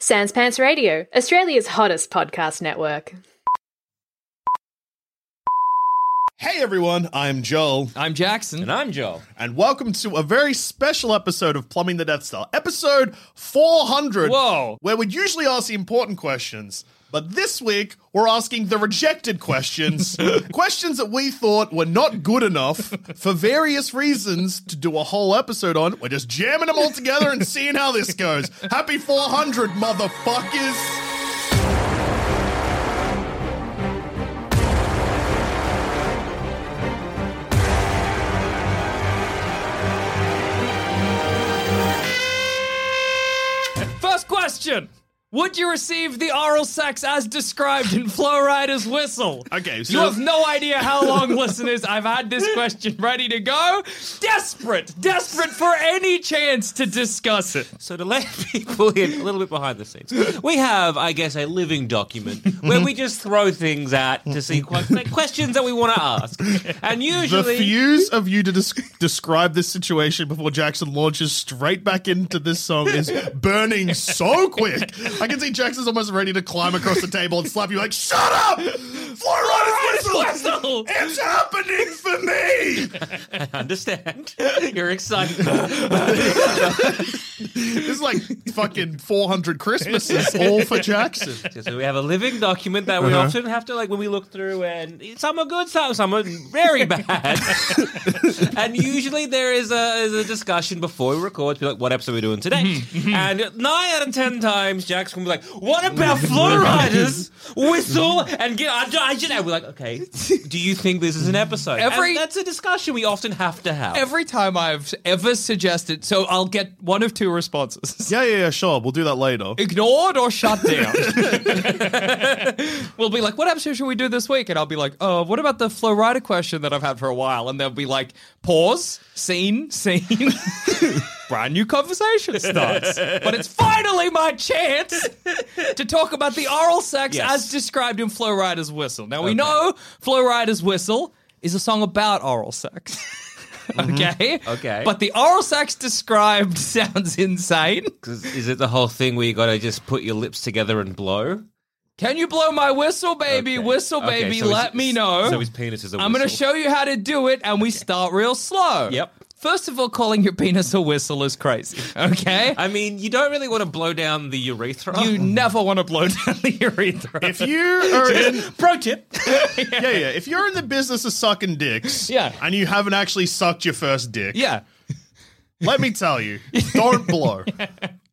Sans Pants Radio, Australia's hottest podcast network. Hey everyone, I'm Joel, I'm Jackson. And I'm Joel. and welcome to a very special episode of Plumbing the Death Star, episode 400. Whoa. Where we usually ask the important questions, but this week we're asking the rejected questions, questions that we thought were not good enough for various reasons to do a whole episode on. We're just jamming them all together and seeing how this goes. Happy 400, motherfuckers! First question. Would you receive the oral sex as described in Flow Rider's Whistle? Okay, so- You have no idea how long, listeners, I've had this question ready to go. Desperate, desperate for any chance to discuss it. So to let people in a little bit behind the scenes, we have, I guess, a living document where we just throw things at to see que- like, questions that we want to ask. And The usually, fuse of you to des- describe this situation before Jackson launches straight back into this song is burning so quick. I can see Jackson's almost ready to climb across the table and slap you like, "Shut up! Florida's whistle! whistle!" It's happening for me!" understand you're excited. This is like fucking 400 Christmases all for Jackson. so we have a living document that we often have to like when we look through, and some are good, some some are very bad. and usually there is a, is a discussion before we record to be like, what episode are we doing today? and nine out of ten times, Jack's gonna be like, what about flow riders? Whistle and get. I, I, I, we're like, okay, do you think this is an episode? And Every- that's a discussion we often have to have. Every time I've ever suggested, so I'll get one of two responses. Yeah, yeah, yeah, sure. We'll do that later. Ignored or shut down. we'll be like, what episode should we do this week? And I'll be like, oh, what about the Flow Rider question that I've had for a while? And they'll be like, pause, scene, scene. Brand new conversation starts. but it's finally my chance to talk about the oral sex Yes. as described in Flow Rider's Whistle. Now, we know Flow Rider's Whistle is a song about oral sex. okay? Mm-hmm. Okay. But the oral sex described sounds insane. 'Cause is it the whole thing where you gotta just put your lips together and blow? Can you blow my whistle, baby? Okay. Whistle, Okay, baby, so his- let me know. So his penis is a I'm going to whistle. show you how to do it, and we start real slow. Yep. First of all, calling your penis a whistle is crazy, okay? I oh. mean, you don't really want to blow down the urethra. you never want to blow down the urethra. If you are in Pro tip. yeah, yeah. If you're in the business of sucking dicks, Yeah. and you haven't actually sucked your first dick, Yeah. let me tell you, don't blow.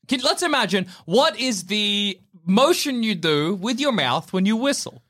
Can- Let's imagine what is the motion you do with your mouth when you whistle?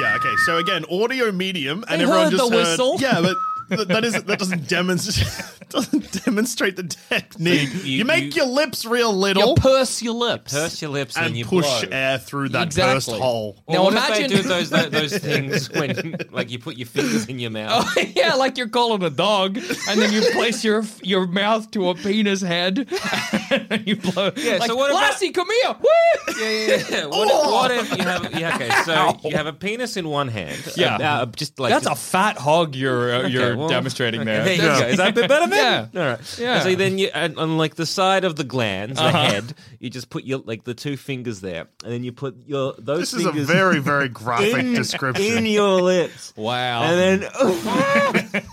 Yeah. Okay. So again, audio medium, and They everyone heard just the heard, whistle. Yeah, but th- that is that doesn't demonstrate doesn't demonstrate the technique. So you, you- make you- your lips real You little purse your lips. Purse your lips and, and you push blow. air through that Exactly. first hole. Oh, Now Now what imagine- if they do those, those those things when like you put your fingers in your mouth. yeah, like you're calling a dog, and then you place your your mouth to a penis head, and you blow. Yeah, so what about- Lassie, come here! Woo! Yeah, yeah, yeah. What, if, what if you have? Yeah, okay. So you have a penis in one hand. Yeah. uh, uh, just like That's a fat hog you're uh, you're well, demonstrating okay, there. There you go. Is that a bit better then? Yeah. All right. Yeah. And so then you and on like the side of the glands, the head, you just put your like the two fingers there, and then you put your those This is a fingers very very graphic in, description. in your lips. Wow. And then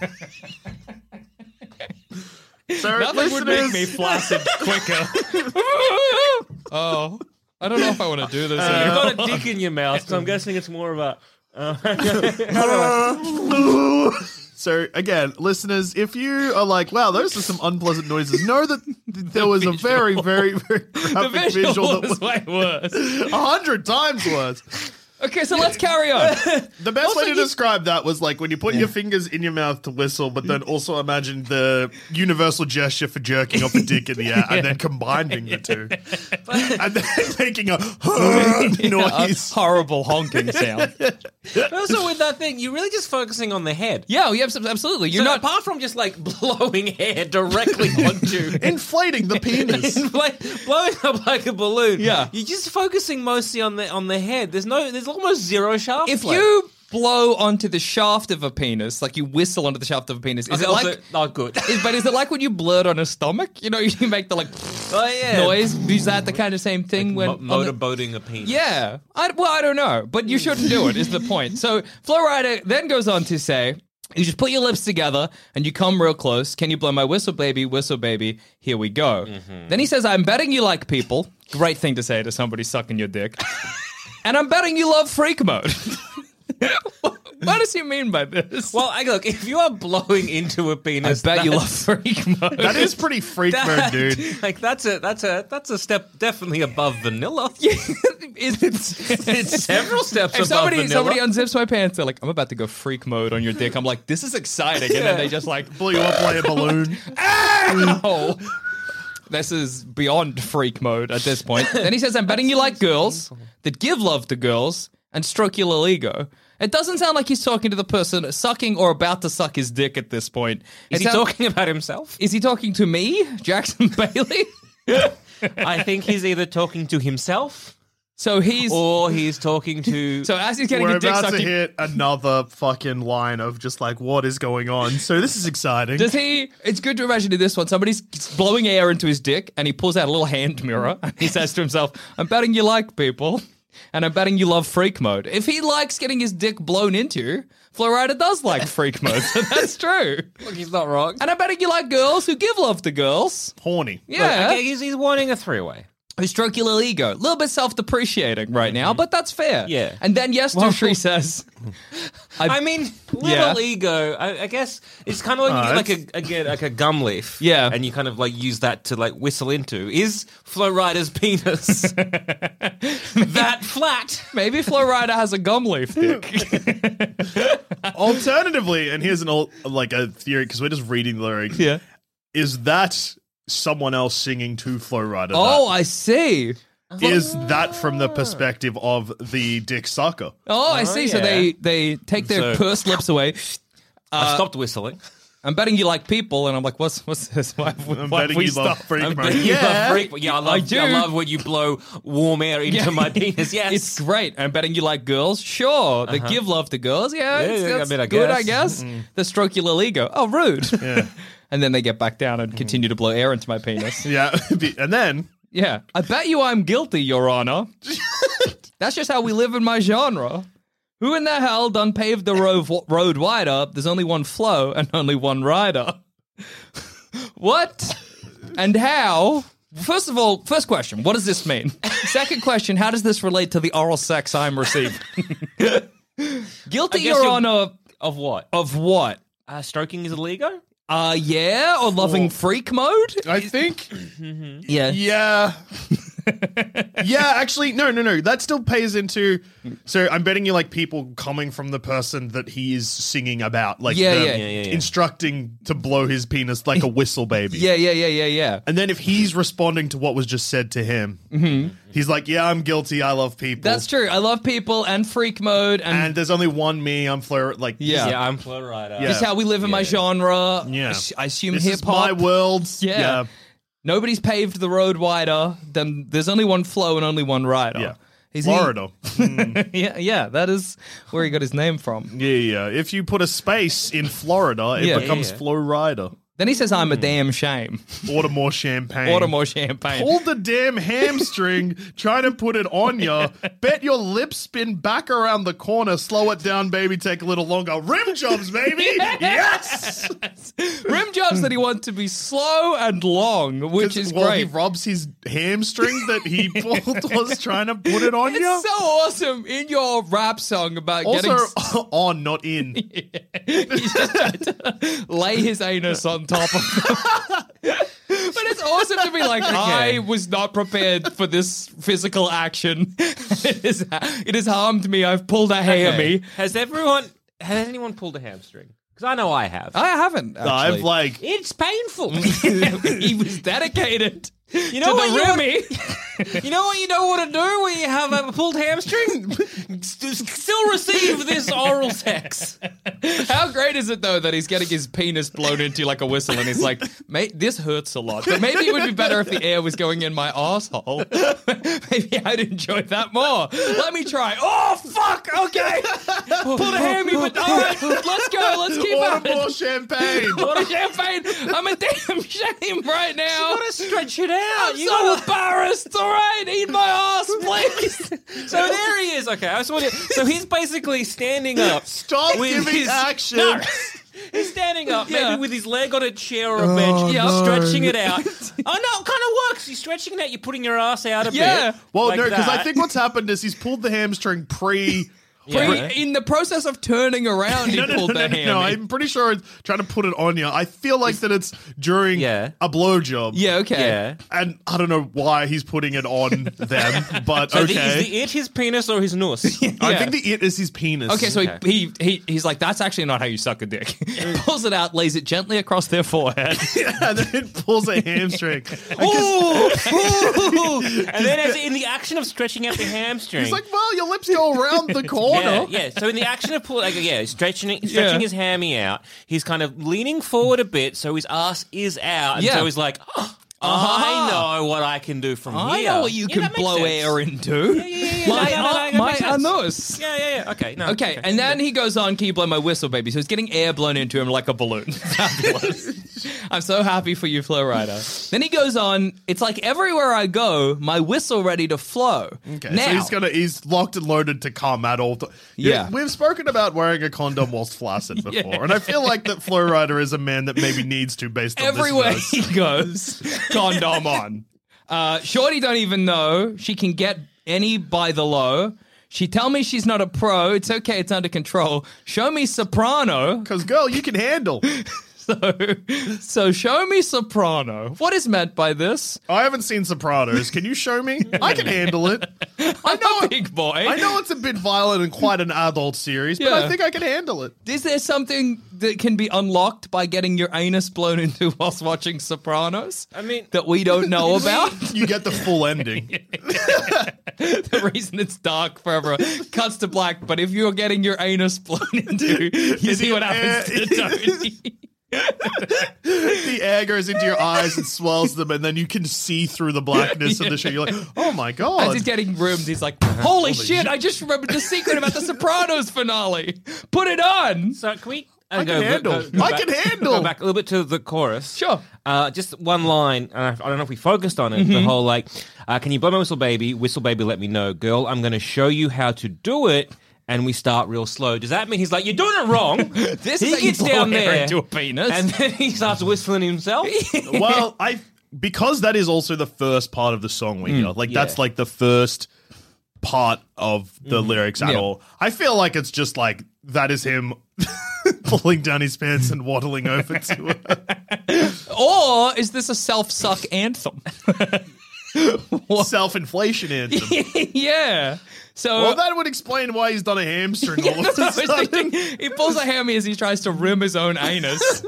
So Nothing would make me listeners, flaccid quicker. oh, I don't know if I want to do this. You've anymore. got a dick in your mouth, so I'm guessing it's more of a. So again, listeners, if you are like, "Wow, those are some unpleasant noises," know that th- there was a very, very, very the graphic visual, that visual, was was way worse. a hundred times worse. Okay, so let's carry on. The best way to describe that was like when you put your fingers in your mouth to whistle, but then also imagine the universal gesture for jerking off a dick in the air and then combining the two, and then making a noise. horrible honking sound. But also with that thing, you're really just focusing on the head. Yeah, yeah, abso- absolutely. You're So not. apart from just like blowing hair directly onto. Inflating the penis. like blowing up like a balloon. Yeah. you're just focusing mostly on the on the head. There's no, there's almost zero shaft. If length. you blow onto the shaft of a penis, like you whistle onto the shaft of a penis, is Okay, it also like? not oh, good? Is, but is it like when you blurt on a stomach? You know, you make the like Oh yeah, noise. Is that the kind of same thing when Mo- on the- motorboating a penis. Yeah. I, well, I don't know, but you shouldn't do it, is the point. So Flow Rider then goes on to say, you just put your lips together and you come real close. Can you blow my whistle, baby? Whistle, baby. Here we go. Mm-hmm. Then he says, I'm betting you like people. Great thing to say to somebody sucking your dick. and I'm betting you love freak mode. what, what does he mean by this? Well, I, look, if you are blowing into a I penis, bet you that- love freak mode. That is pretty freak mode, that- dude. Like that's a that's a that's a step definitely above vanilla. Is it- It's several steps if above somebody vanilla. somebody unzips my pants, they're like, "I'm about to go freak mode on your dick." I'm like, "This is exciting," and then they just like Blew you up like a balloon. Oh. This is beyond freak mode at this point. then he says, I'm betting you like girls that give love to girls and stroke your little ego. It doesn't sound like he's talking to the person sucking or about to suck his dick at this point. It is he sound- talking about himself? Is he talking to me, Jackson Bailey? I think he's either talking to himself so he's. or he's talking to. so as he's getting We're his dick about sucked, to he- hit another fucking line of just like, what is going on? So this is exciting. does he? It's good to imagine in this one. Somebody's blowing air into his dick, and he pulls out a little hand mirror, and he says to himself, "I'm betting you like people, and I'm betting you love freak mode. If he likes getting his dick blown into, Florida does like freak mode. So that's true. he's not wrong. And I'm betting you like girls who give love to girls. Horny. Yeah, okay, he's he's wanting a three way. who stroke your little ego. A little bit self-depreciating right now, but that's fair. Mm-hmm. Yeah. And then yes, Well- Tushri says, I mean, little ego. I, I guess it's kind of like Uh, you get like a again like a gum leaf. Yeah. and you kind of like use that to like whistle into. Is Flo Rida's penis that flat? maybe Florida has a gum leaf dick. Alternatively, and here's an old like a theory because we're just reading the lyric. yeah. Is that someone else singing to Flow Rider? Oh, I see. that? is that from the perspective of the dick sucker? Oh, I see. So yeah. they they take their So- pursed lips away. I stopped whistling. I'm betting you like people, and I'm like, what's what's this? Why, why I'm have betting we you love stopped? freak I'm mode. betting you You love love freak- freak- yeah, I love. I, do. love when you blow warm air into Yeah. my penis. Yes, It's great. I'm betting you like girls. Sure, they give love to girls. Yeah, it's, yeah, I that's mean, I good, I guess. guess. The stroke your little ego. Oh, rude. and then they get back down and continue to blow air into my penis. Yeah, and then yeah, I bet you I'm guilty, Your Honor. that's just how we live in my genre. Who in the hell done paved the road road wider? There's only one flow and only one rider. what and how? First of all, first question, what does this mean? Second question, how does this relate to the oral sex I'm receiving? Guilty, I guess Your you're- Honor, of what? of what? Uh, stroking his ego. Uh, yeah, or Oh. loving freak mode? I think Yeah. Yeah. yeah, actually, no, no, no. That still pays into. So I'm betting you like people coming from the person that he is singing about, like Yeah, the yeah. Yeah, yeah, yeah. instructing to blow his penis like a whistle baby. Yeah, yeah, yeah, yeah, yeah. And then if he's responding to what was just said to him, he's like, "Yeah, I'm guilty. I love people. Mm-hmm. That's true. I love people and freak mode and, And there's only one me. I'm flare. Like, Yeah. Yeah, I'm Flo Rida. Yeah. Just how we live in my genre. Yeah. I s- I assume this hip is my hop. world. Yeah. Nobody's paved the road wider than there's only one flow and only one rider. yeah, yeah. Is he- Florida. yeah, yeah, that is where he got his name from. yeah, yeah. If you put a space in Florida, it Yeah. becomes Yeah, yeah. Flow Rider. Then he says, I'm Hmm. a damn shame. Order more champagne. Order more champagne. Pull the damn hamstring, try to put it on ya. Bet your lips spin back around the corner. Slow it down, baby. Take a little longer. Rim jobs, baby. yes. Rim jobs that he wants to be slow and long, which is well, great. he robs his hamstring that he pulled was trying to put it on it's ya. so awesome in your rap song about also, getting on, not in. He's just trying to lay his anus on top of them. but it's awesome to be like, I was not prepared for this physical action. it, is, it has harmed me. I've pulled a hair me. Has everyone? Has anyone pulled a hamstring? Because I know I have. I haven't. Actually. I've like it's painful. he was dedicated. You know know what to you the want- Remy. you know what you don't want to do when you have a pulled hamstring? S- Still receive this oral sex. How great is it though that he's getting his penis blown into like a whistle, and he's like, "Mate, this hurts a lot, but maybe it would be better if the air was going in my asshole. maybe I'd enjoy that more. Let me try. Oh fuck! Okay, pull the hammy, but all right, let's go. Let's keep order on. more champagne. What a champagne! I'm a damn shame right now. You gotta stretch it out. I'm you so gotta embarrassed. All right, eat my ass, please. So there he is. Okay, I just want to. So he's basically standing up. Stop With giving his- action. No. He's standing up, Yeah. maybe with his leg on a chair or a bench, yeah. stretching it out. oh no, it kind of works. You're stretching it out. You're putting your ass out a Yeah. bit. Well, like no, because I that. think what's happened is he's pulled the hamstring pre. Yeah. In the process of turning around, he No, no, no, pulled no, the no, hammy. no, I'm pretty sure it's trying to put it on you. I feel like that it's during Yeah. a blowjob. yeah, okay. Yeah. And I don't know why he's putting it on them, but So the- okay. is the it his penis or his noose? I Yeah. think the it is his penis. Okay, so He, he he he's like, that's actually not how you suck a dick. Pulls it out, lays it gently across their forehead. yeah, then it pulls a hamstring. and then as in the action of stretching out the hamstring. He's like, well, your lips go around the yeah, corner. yeah. So in the action of pull, like, yeah, he's stretching, it- stretching Yeah. his hammy out. He's kind of leaning forward a bit, so his ass is out. And Yeah. Uh-huh. so he's like, "Oh, I know what I can do from I here. know what you Yeah, can that makes blow sense. air into. yeah, yeah, no, My no, no, uh, that my makes sense. anus. Yeah, yeah, yeah. Okay, no. Okay, and then he goes on, can you blow my whistle, baby? So he's getting air blown into him like a balloon. Fabulous. I'm so happy for you, Flow Rider. Then he goes on, it's like everywhere I go, my whistle ready to flow. Okay, now, so he's gonna he's locked and loaded to come at all. Th- Yeah. we've spoken about wearing a condom whilst flaccid before, Yeah. and I feel like that Flow Rider is a man that maybe needs to based on everywhere This verse. he goes, condom on. Uh, Shorty don't even know she can get any by the low. She tell me she's not a pro. It's okay. It's under control. Show me soprano. Because girl, you can handle. So, so show me soprano. What is meant by this? I haven't seen Sopranos. Can you show me? I can handle it. I know, big boy. I know it's a bit violent and quite an adult series, but I Yeah. think I can handle it. Is there something that can be unlocked by getting your anus blown into whilst watching Sopranos? I mean- that we don't know about. You get the full ending. the reason it's dark forever cuts to black. But if you're getting your anus blown into, you see what happens to Tony. the air goes into your eyes and swells them, and then you can see through the blackness of the show. You're like, oh my As god. he's getting roomed, he's like, Uh-huh. "Holy shit! I just remembered the secret about the Sopranos finale. Put it on." So can we? uh, I can handle. I can handle. Go back a little bit to the chorus. Sure. Uh, just one line. Uh, I don't know if we focused on it. The whole like, uh, can you blow my whistle, baby? Whistle, baby, let me know, girl. I'm going to show you how to do it. And we start real slow. Does that mean he's like, you're doing it wrong? This he is how you gets blow down air there into a penis. and then he starts whistling himself. well, I because that is also the first part of the song Mm, we hear. Like that's like the first part of the lyrics at Mm-hmm. Yeah. all. I feel like it's just like that is him pulling down his pants and waddling over to uh, her. Or is this a self-suck anthem? Self-inflation anthem. yeah. So Well, that would explain why he's done a hamstring all of That's a what I was sudden. thinking. He pulls a hammy as he tries to rim his own anus.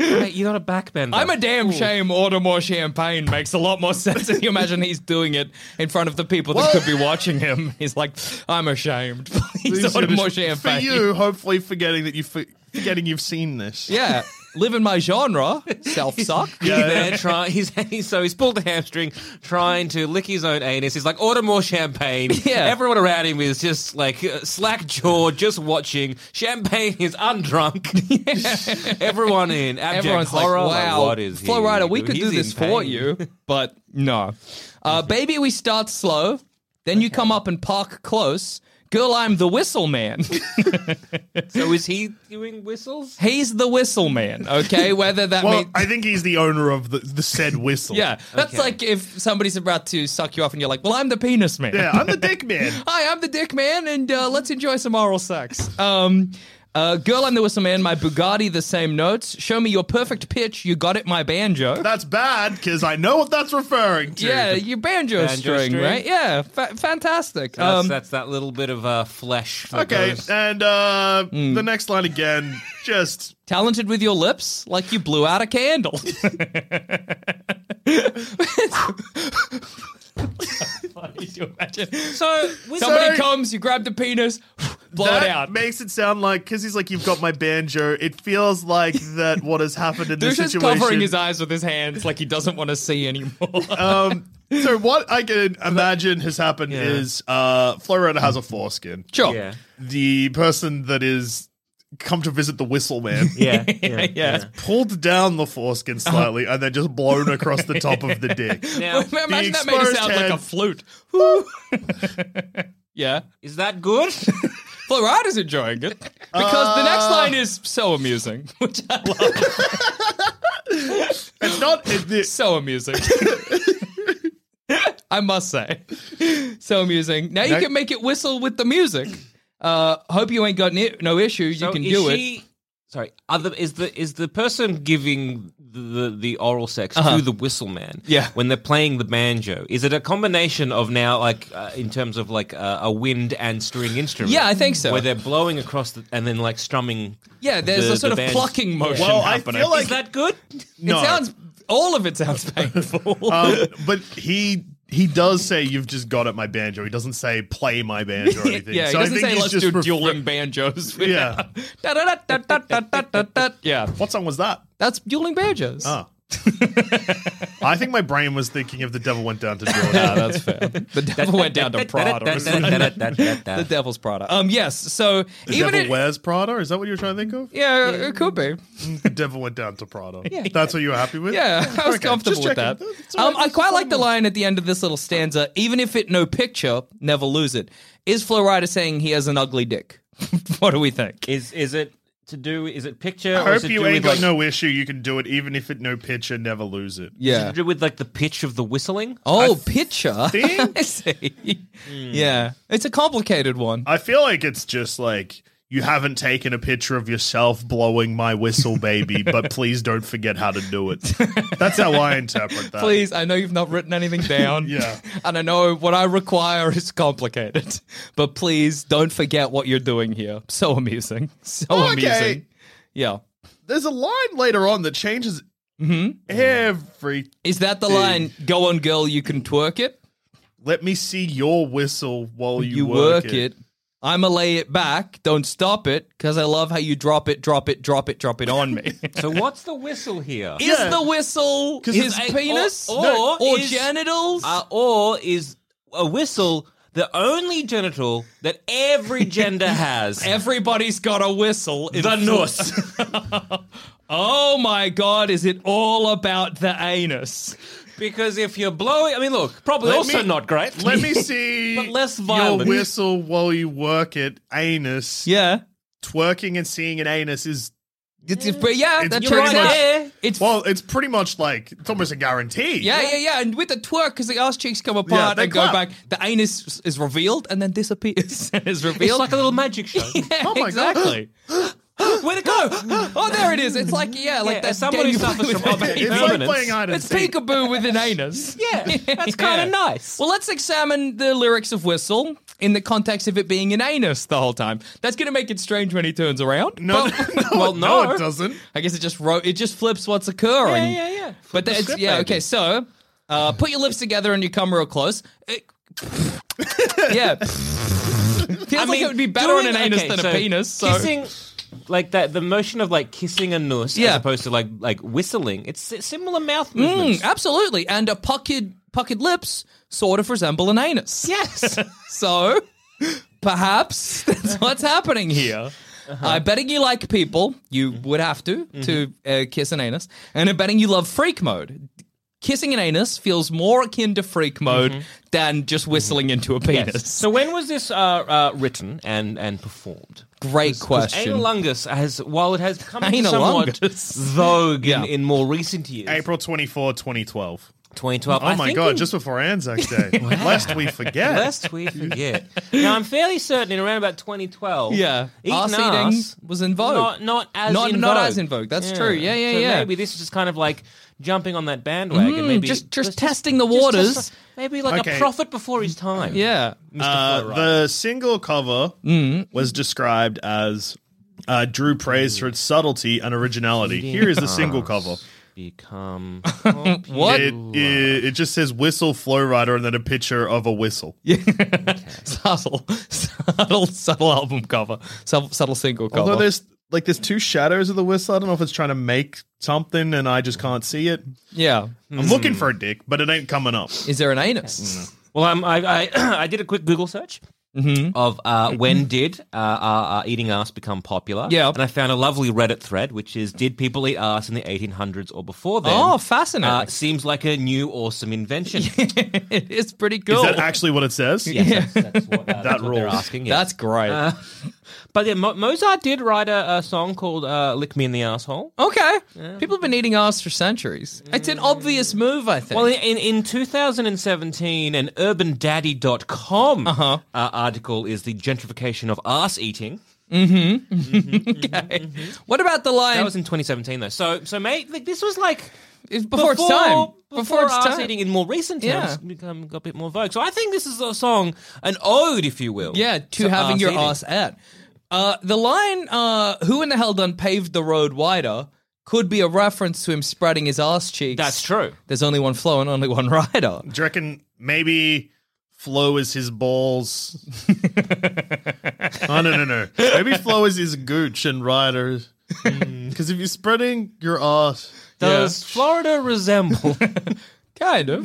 Mate, you got a backbender. I'm a damn shame. Order more champagne makes a lot more sense if you imagine he's doing it in front of the people that could be watching him. He's like, I'm ashamed. Please order more For champagne. you, hopefully forgetting that you for- forgetting you've seen this. Yeah. live in my genre, self suck. He's there trying. Uh, He's, he's so he's pulled a hamstring, trying to lick his own anus. He's like, order more champagne. Yeah. Everyone around him is just like uh, slack jawed, just watching. Champagne is undrunk. Everyone in abject Everyone's like, horror. wow, what is he Flow Rider, we doing? could do He's in this for pain." you, but no. Uh, baby, we start slow. Then you come up and park close. Girl, I'm the whistle man. So is he doing whistles? He's the whistle man, okay? Whether that Well, means. I think he's the owner of the, the said whistle. Yeah, that's like if somebody's about to suck you off and you're like, well, I'm the penis man. Yeah, I'm the dick man. Hi, I'm the dick man, and uh, let's enjoy some oral sex. Um, uh, girl, I'm the whistle man. My Bugatti, the same notes. Show me your perfect pitch. You got it, my banjo. That's bad because I know what that's referring to. yeah, your banjo, Banjo string, string. right? Yeah, fa- fantastic. That's, Um, that's that little bit of uh, flesh. that Okay, goes- and uh, Hmm. the next line again, just talented with your lips, like you blew out a candle. Could you imagine? So with Somebody Sorry. comes, you grab the penis, blow that it out. makes it sound like because he's like, "You've got my banjo." It feels like that what has happened in Dude's this just situation. covering his eyes with his hands, like he doesn't want to see anymore. um, so what I can imagine has happened is uh, Florida has a foreskin. sure. yeah, The person that is come to visit the whistle man yeah, yeah. yeah. pulled down the foreskin slightly and then just blown across the top of the dick. Now, Imagine the that made it exposed sound like a head. flute. yeah. is that good? Floride is enjoying it because Uh. the next line is so amusing, which I love. It's not. It, the, so amusing. I must say. So amusing. Now you Now- can make it whistle with the music. Uh, hope you ain't got ni- no issue. You So can is do it. she, Sorry, other is the is the person giving the the oral sex to the whistle man? Uh-huh. Yeah. when they're playing the banjo, is it a combination of now like uh, in terms of like uh, a wind and string instrument? Yeah, I think so. Where they're blowing across the, and then like strumming. Yeah, there's the- a sort the of band- plucking motion well, I happening. feel like Is that good? no. it sounds all of it sounds painful. um, but he he does say you've just got at my banjo. He doesn't say play my banjo or anything. yeah, he so I doesn't think say he's let's just do refer- dueling banjos. with- Yeah. Da-da-da-da-da-da-da-da. yeah, What song was that? that's dueling banjos. Oh. I think my brain was thinking of the devil went down to Ah, Jordan. that's fair. The devil went down to Prada. or something. the devil's Prada. Um, yes. So The even devil it, wears Prada? Is that what you were trying to think of? yeah, it could be. The devil went down to Prada. That's what you were happy with? Yeah, I was Okay, comfortable just with that. checking. That's all Um, right. I quite like the line at the end of this little stanza. Even if it no picture, never lose it. Is Flo Rida saying he has an ugly dick? what do we think? Is is it to do? Is it picture? I or is hope it you do ain't with, got like, no issue. You can do it even if it no picture, never lose it. Is it to do with like the pitch of the whistling? Oh, picture. think- Hmm. I see. Yeah, it's a complicated one. I feel like it's just like you haven't taken a picture of yourself blowing my whistle, baby, but please don't forget how to do it. That's how I interpret that. Please, I know you've not written anything down. Yeah. And I know what I require is complicated. But please don't forget what you're doing here. So amusing. So amusing. Yeah. There's a line later on that changes Mm-hmm. every. Is that the line, go on, girl, you can twerk it? Let me see your whistle while you, You, work, it. I'ma lay it back. Don't stop it, because I love how you drop it, drop it, drop it, drop it on me. So what's the whistle here? Is the whistle his it's- penis or- or or is- genitals? uh, or is a whistle the only genital that every gender has? Everybody's got a whistle. in The Flo- nuss. Oh my god, is it all about the anus? because if you're blowing, I mean, look, probably Let also me- not great. Let me see But less your violent. whistle while you work it, anus. Yeah. Twerking and seeing an anus is It's, it's- but yeah, It's that pretty checks much- out. It's well, it's pretty much like it's almost a guarantee. yeah, yeah, yeah, and with the twerk, because the ass cheeks come Yeah, apart they and go clap. back. The anus is revealed and then disappears. and is revealed. It's like a little magic show. Yeah, Oh my God. exactly. Where'd it go? Oh, there it is. It's like yeah, like Yeah, that. somebody game you suffers play from other with anus. It's like Permanence. playing hide and It's seek. peekaboo with an anus. yeah, that's kind of Yeah. nice. Well, let's examine the lyrics of "Whistle" in the context of it being an anus the whole time. That's going to make it strange when he turns around. No, but- no, well, no, no. it doesn't. I guess it just wrote. It just flips what's occurring. Yeah, yeah, yeah. But that's yeah. Okay, so uh, put your lips together and you come real close. It- yeah. Feels like it would be better on doing- an anus okay, than a so penis. So Kissing, like that the motion of like kissing a noose as Yeah. opposed to like like whistling. It's si- similar mouth Mm, movements. absolutely. And a puckered, puckered lips sort of resemble an anus. yes. So perhaps that's what's happening here. Uh-huh. I'm betting you like people. You would have to Mm-hmm. to uh, kiss an anus, and I'm betting you love freak mode. Kissing an anus feels more akin to freak mode than just whistling into a penis. Mm-hmm. yes. So when was this uh, uh, written and and performed? Great 'Cause question. Analungus has, while it has come into somewhat Analungus. vogue Yeah. in, in more recent years, April 24, 2012. 2012. Oh I my think god, in- just before Anzac Day. Lest we forget. lest we forget. now I'm fairly certain in around about 2012. Yeah. eating Arse eating ass was in vogue. Not not as Not- in not vogue. as in vogue. That's true. Yeah, yeah, So yeah. Mm, Maybe this is just kind of like jumping on that bandwagon. maybe just- just testing the waters. test- maybe like Okay. a prophet before his time. yeah. Uh, the single cover Mm. was described as uh, drew praise for its subtlety and originality. Here Ah. is the single cover. Become What? It, it it just says whistle flow rider and then a picture of a whistle. subtle, subtle, subtle album cover, subtle, subtle single cover. Although there's like there's two shadows of the whistle. I don't know if it's trying to make something and I just can't see it. yeah. Hmm. I'm looking for a dick, but it ain't coming up. Is there an anus? Well, I'm, I, I I did a quick Google search Mm-hmm. of uh, when did uh, uh, uh, eating ass become popular. Yeah. and I found a lovely Reddit thread which is did people eat ass in the 1800s or before then? Oh, fascinating. Uh, seems like a new awesome invention. it is pretty cool. Is that actually what it says? Yes, that's, that's what, uh, that's what they're rules. asking. yeah. That's great. Uh, but yeah, Mo- Mozart did write a, a song called uh, "Lick Me in the Asshole." okay. People have been eating ass for centuries. It's an obvious move, I think. Well, in, in 2017, an UrbanDaddy.com Uh-huh. uh article is the gentrification of ass eating. what about the line? Mm-hmm. That was in 2017, though. So, so mate, like, this was like it's before, it's time. Before, ass eating in more recent times Yeah. become got a bit more vogue. So, I think this is a song, an ode, if you will. Yeah, to having ass your eating. ass at. Uh, the line, uh, who in the hell done paved the road wider, could be a reference to him spreading his ass cheeks. That's true. There's only one flow and only one rider. Do you reckon maybe Flo is his balls? oh, no, no, no. Maybe Flo is his gooch and rider. Mm. Because if you're spreading your ass, Does Florida resemble? Kind of.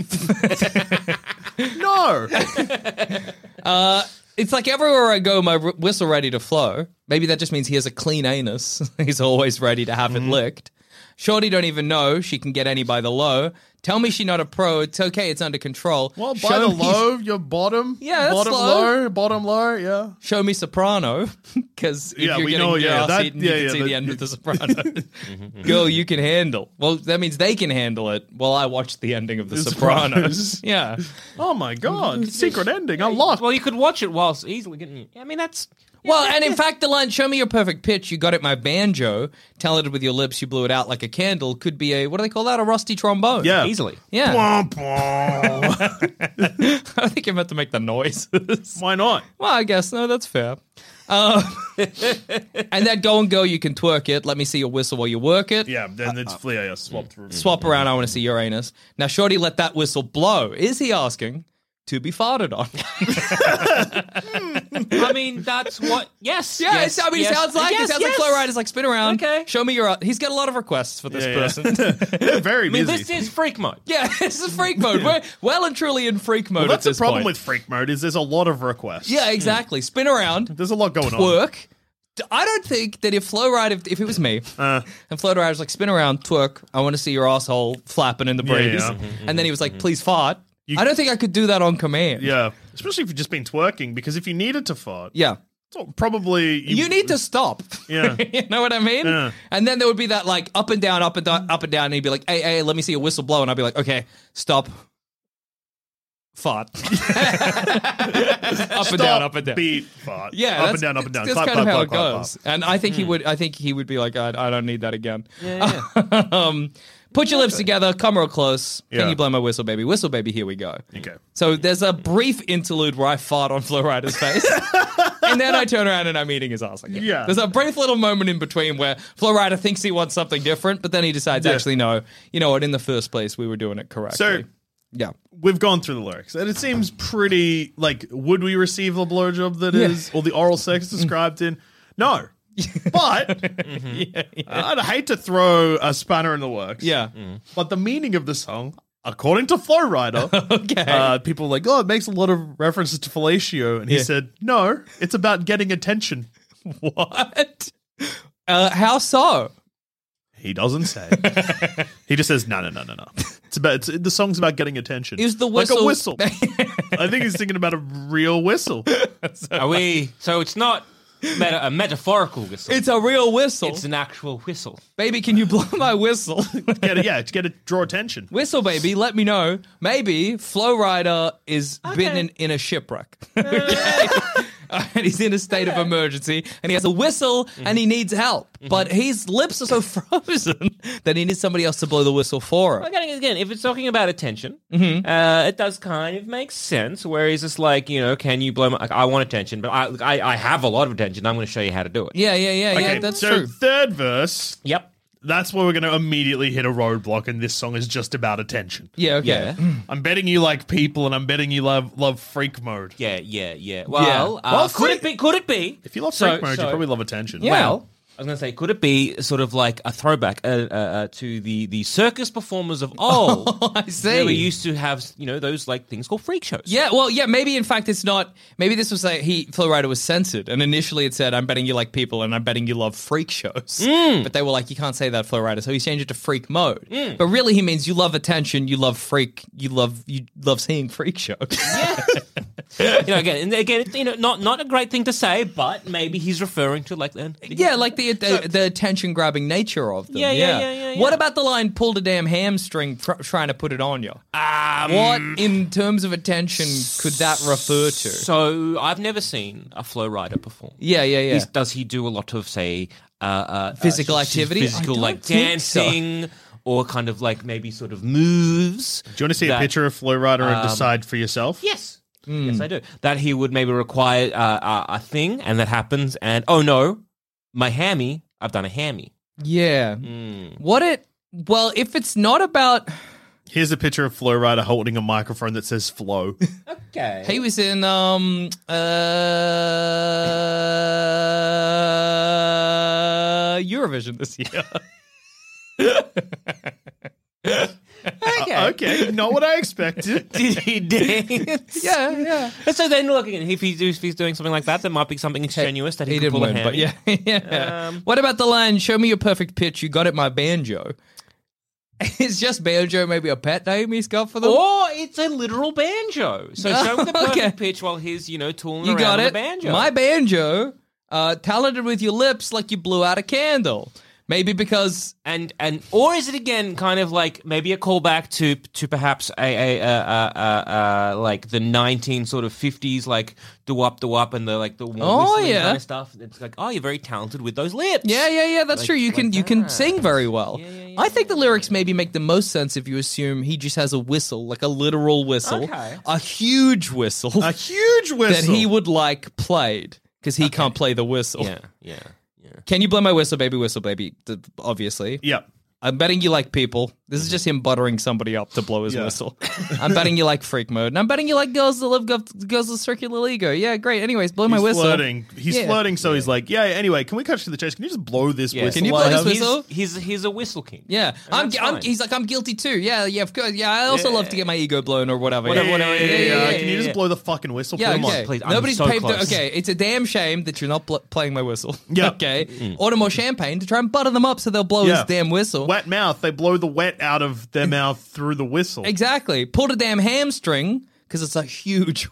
no. it's like everywhere I go, my wh- whistle ready to flow. Maybe that just means he has a clean anus. He's always ready to have Mm-hmm. it licked. Shorty don't even know she can get any by the low. Tell me she not a pro. It's okay. It's under control. Well, by Show the me- low, your bottom. Yeah, that's bottom low. bottom low, yeah. Show me Soprano, because if Yeah, you're we getting know, your yeah, ass that- eaten, yeah, you can yeah, see that- Mm-hmm, the end of the Soprano. Girl, you can handle. Well, that means they can handle it. While I watch the ending of the Sopranos. Sopranos. yeah, Oh my god. Secret ending. I lost. well, you could watch it whilst easily getting. I mean, that's Well, and in fact, the line "Show me your perfect pitch, you got it, my banjo, talented with your lips, you blew it out like a candle" could be a what do they call that? A rusty trombone. Yeah. easily. yeah. Why I think you're meant to make the noises. not? well, I guess no, that's fair. Um, and that go and go, you can twerk it. Let me see your whistle while you work it. Yeah, then Uh, it's Flea yeah, swapped through. Swap around. I want to see your anus. Now, Shorty, let that whistle blow. Is he asking to be farted on? I mean, that's what. Yes. Yeah, it's- I mean, yes, it sounds like yes, it sounds yes. like Flow Rider's like spin around. Okay. show me your. He's got a lot of requests for this Yeah, yeah. person. They're very I mean, busy. this is freak mode. Yeah, this is freak mode. We're well and truly in freak mode. Well, that's at the this problem point. with freak mode is there's a lot of requests. Yeah, exactly. Spin around, There's a lot going on. twerk. D- I don't think that if Flow Rider, if, if it was me, Uh. and Flow Rider's like, spin around, twerk, I want to see your asshole flapping in the Yeah, Mm-hmm, breeze. yeah. And then he was like, please fart. I don't think I could do that on command. Yeah. Especially if you've just been twerking, because if you needed to fart, Yeah. it's probably You need to stop. Yeah. you know what I mean? Yeah. And then there would be that like up and down, up and down, up and down. And he'd be like, hey, hey, let me see a whistle blow. And I'd be like, okay, stop. Fart. up and down, up and down. Beat fart. Yeah, up that's- and down, up and down. That's Clap, kind clap, of clap, how clap, it clap. goes. And I think he Hmm. would. I think he would be like, I, I don't need that again. Yeah, um, put your lips together. Come real close. Can Yeah. you blow my whistle, baby? Whistle, baby. Here we go. Okay. So there's a brief interlude where I fart on Flo Rida's face, and then I turn around and I'm eating his ass again. Yeah. There's a brief little moment in between where Flo Rida thinks he wants something different, but then he decides, Yeah. actually, no. You know what? In the first place, we were doing it correctly. So yeah. we've gone through the lyrics, and it seems pretty like would we receive a blowjob that is Yeah. or the oral sex described in? No. But I'd hate to throw a spanner in the works. Yeah. But the meaning of the song, according to Flow Rider, Okay. uh, people were like, oh, it makes a lot of references to fellatio. And he Yeah. said, no, it's about getting attention. what? Uh, how so? He doesn't say. he just says, no, no, no, no, no. It's about it's, the song's about getting attention. Is the like whistle- a whistle? I think he's thinking about a real whistle. Are we? So it's not meta- a metaphorical whistle. It's a real whistle. It's an actual whistle. baby, can you blow my whistle? Get it? Yeah, to get it, draw attention. whistle, baby, let me know. Maybe Flow Rider is bitten in a shipwreck. Okay? and he's in a state of emergency and he has a whistle and he needs help. But his lips are so frozen that he needs somebody else to blow the whistle for him. Again, again, if it's talking about attention, uh, it does kind of make sense. Where he's just like, you know, can you blow my? Like, I want attention, but I, look, I, I have a lot of attention. I'm going to show you how to do it. Yeah, yeah, yeah, yeah. That's so true. third verse, Yep. that's where we're going to immediately hit a roadblock, and this song is just about attention. Hmm. Yeah, okay. Yeah. I'm betting you like people, and I'm betting you love love freak mode. Yeah, yeah, yeah. Well, Uh, Well, could freak- it be? Could it be? If you love So- freak mode, so- you probably love attention. Yeah. Well, I was going to say, could it be sort of like a throwback uh, uh, uh, to the, the circus performers of old? I see. They were used to have, you know, those like things called freak shows. Yeah, well, yeah, maybe in fact it's not. Maybe this was like he Flow Rider was censored, and initially it said, "I'm betting you like people, and I'm betting you love freak shows." Mm. But they were like, "You can't say that, Flow Rider," so he changed it to freak mode. But really, he means you love attention, you love freak, you love you love seeing freak shows. You know, again, and again, it's, you know, not not a great thing to say, but maybe he's referring to like then. yeah, like the the, the attention grabbing nature of them. Yeah, yeah, yeah, yeah, What yeah. about the line "pulled a damn hamstring" tr- trying to put it on you? Um. what in terms of attention could that refer to? So I've never seen a flow rider perform. yeah, yeah, yeah. Is- does he do a lot of say uh, uh, Physical uh, activity? I physical don't like think so. dancing, or kind of like maybe sort of moves? Do you want to see a that- picture of Flow Rider um, and decide for yourself? Yes. Hmm. Yes, I do. That he would maybe require uh, uh, a thing, and that happens, and oh no, my hammy, I've done a hammy. Yeah. Hmm. What it? Well, if it's not about, Here's a picture of Flow Rider holding a microphone that says Uh, Flow. Okay. he was in um uh Eurovision this year. okay, not what I expected. Did he dance? Yeah, yeah. And so then, look again, if he's, if he's doing something like that, there might be something extraneous that he, He could didn't pull a win, hammy. Um, but yeah, yeah. what about the line? Show me your perfect pitch. You got it, my banjo. It's just banjo, maybe a pet name he's got for them. Or it's a literal banjo. So show him the perfect Um, Okay. pitch while he's, you know, tooling you around got with it, a banjo. my banjo. Uh, talented with your lips, like you blew out a candle. Maybe because and and or is it again kind of like maybe a callback to to perhaps a, a, uh uh uh uh like the nineteen sort of fifties like do up do up and the like the warm Oh, whistling yeah. kind of stuff. It's like oh, you're very talented with those lips. Yeah, yeah, yeah. That's Like- true. You like can you can that. sing very well. Yeah, yeah, yeah, I think the lyrics maybe make the most sense if you assume he just has a whistle, like a literal whistle, Okay. a huge whistle a huge that whistle. he would like played because he can't play the whistle. yeah, yeah, yeah. Can you blow my whistle, baby? Whistle, baby. th- Obviously, yeah. I'm betting you like people. This Mm-hmm. is just him buttering somebody up to blow his Yeah. whistle. I'm betting you like freak mode, and I'm betting you like girls that love gov- girls with circular ego. Yeah, great. Anyways, blow my He's whistle. flirting. He's Yeah. flirting, so he's like, yeah, anyway, can we cut to the chase? Can you just blow this Yeah. whistle? Can you I blow this have?" whistle? He's, he's he's a whistle king. Yeah, And I'm, that's I'm. fine. He's like, I'm guilty too. Yeah, yeah, of course. Yeah, I also love to get my ego blown or whatever. Yeah, Whatever, yeah, whatever, yeah, yeah, yeah, yeah, yeah. yeah, Can you yeah. just blow the fucking whistle? Yeah, Come okay. on, please, I'm Nobody's so paved. close. okay, it's a damn shame that you're not bl- playing my whistle. Yeah. Okay. Mm. Order more champagne to try and butter them up so they'll blow Yeah. his damn whistle. Wet mouth. They blow the wet out of their mouth through the whistle. Exactly. Pulled a damn hamstring because it's a huge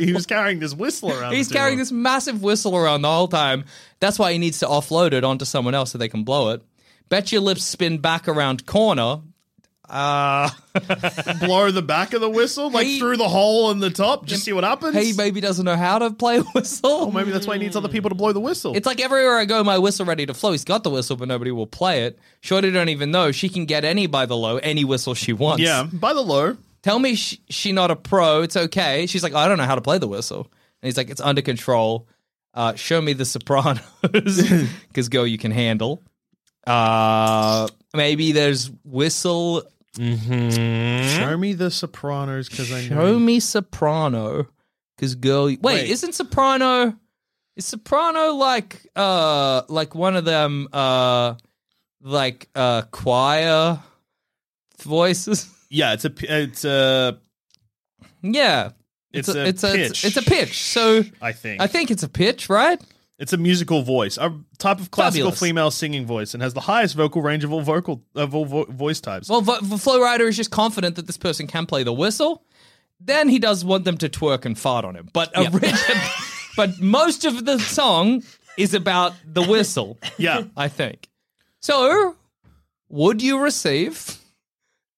he was carrying this whistle around. He's the carrying table. this massive whistle around the whole time. That's why he needs to offload it onto someone else so they can blow it. Bet your lips spin back around corner. blow the back of the whistle, like He- through the hole in the top. Just see what happens. He maybe doesn't know how to play a whistle. Oh Or maybe that's why he needs other people to blow the whistle. It's like everywhere I go, my whistle ready to flow. He's got the whistle, but nobody will play it. Shorty don't even know she can get any by the low, any whistle she wants. yeah, by the low. Tell me she, she not a pro. It's okay. She's like, I don't know how to play the whistle. And he's like, it's under control. Uh, show me the Sopranos, because girl, you can handle. Uh, maybe there's whistle. Mm-hmm. Show Hmm? me the Sopranos because I Show me soprano, because girl. You, wait, Wait. isn't soprano? Is soprano like uh like one of them uh like uh choir voices? Yeah, it's a p- it's a Yeah. It's a it's a pitch. It's, it's a pitch. So I think I think it's a pitch, right? it's a musical voice, a type of classical Fabulous. female singing voice, and has the highest vocal range of all vocal of all vo- voice types. Well, Vo- Vo- Flow Rider is just confident that this person can play the whistle. Then he does want them to twerk and fart on him, but origi- but most of the song is about the whistle. yeah, I think. So, would you receive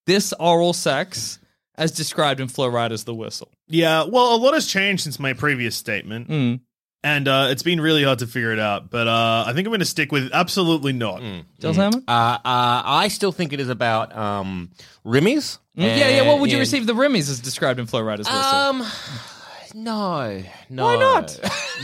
this oral sex as described in Flow Rider's The Whistle? yeah. Well, a lot has changed since my previous statement, Mm. and uh, it's been really hard to figure it out. But uh, I think I'm going to stick with absolutely not. Jules Hammond? Uh, uh, I still think it is about um, Rimmies. Mm, yeah, yeah. What would you And- receive the Remy's as described in Flow Rider's Whistle? Um, no, no. Why not?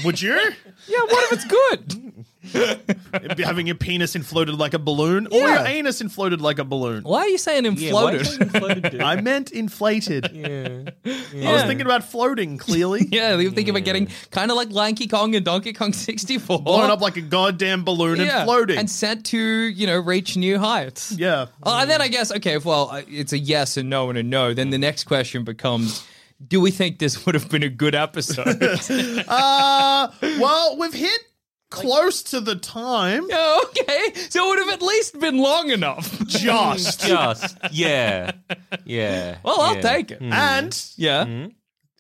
Would you? yeah, what if it's good? Having your penis inflated like a balloon, or your Yeah. anus inflated like a balloon? Why are you saying Yeah, imploded? why can't you float it, dude? I meant inflated. I was thinking about floating. Clearly, Yeah, they were thinking about getting kind of like Lanky Kong and Donkey Kong 64. blowing up like a goddamn balloon Yeah, and floating. And sent to, you know, reach new heights. yeah. Oh, and then I guess, okay, if, well, I- it's a yes and no and a no, then the next question becomes do we think this would have been a good episode? Uh, well, we've hit close to the time. Yeah, okay, so it would have at least been long enough. Just. Just yeah, yeah. Well, I'll yeah. Hmm. take it. And Yeah.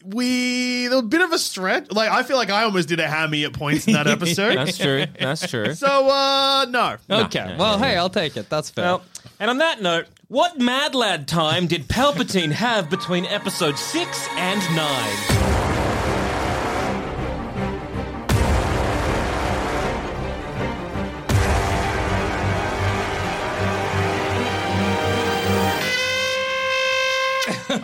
we, there was a bit of a stretch. Like, I feel like I almost did a hammy at points in that episode. That's true. That's true. so, uh, no. Okay, well, hey, I'll take it. That's fair. Well, and on that note, what Mad Lad time did Palpatine have between episode six and nine?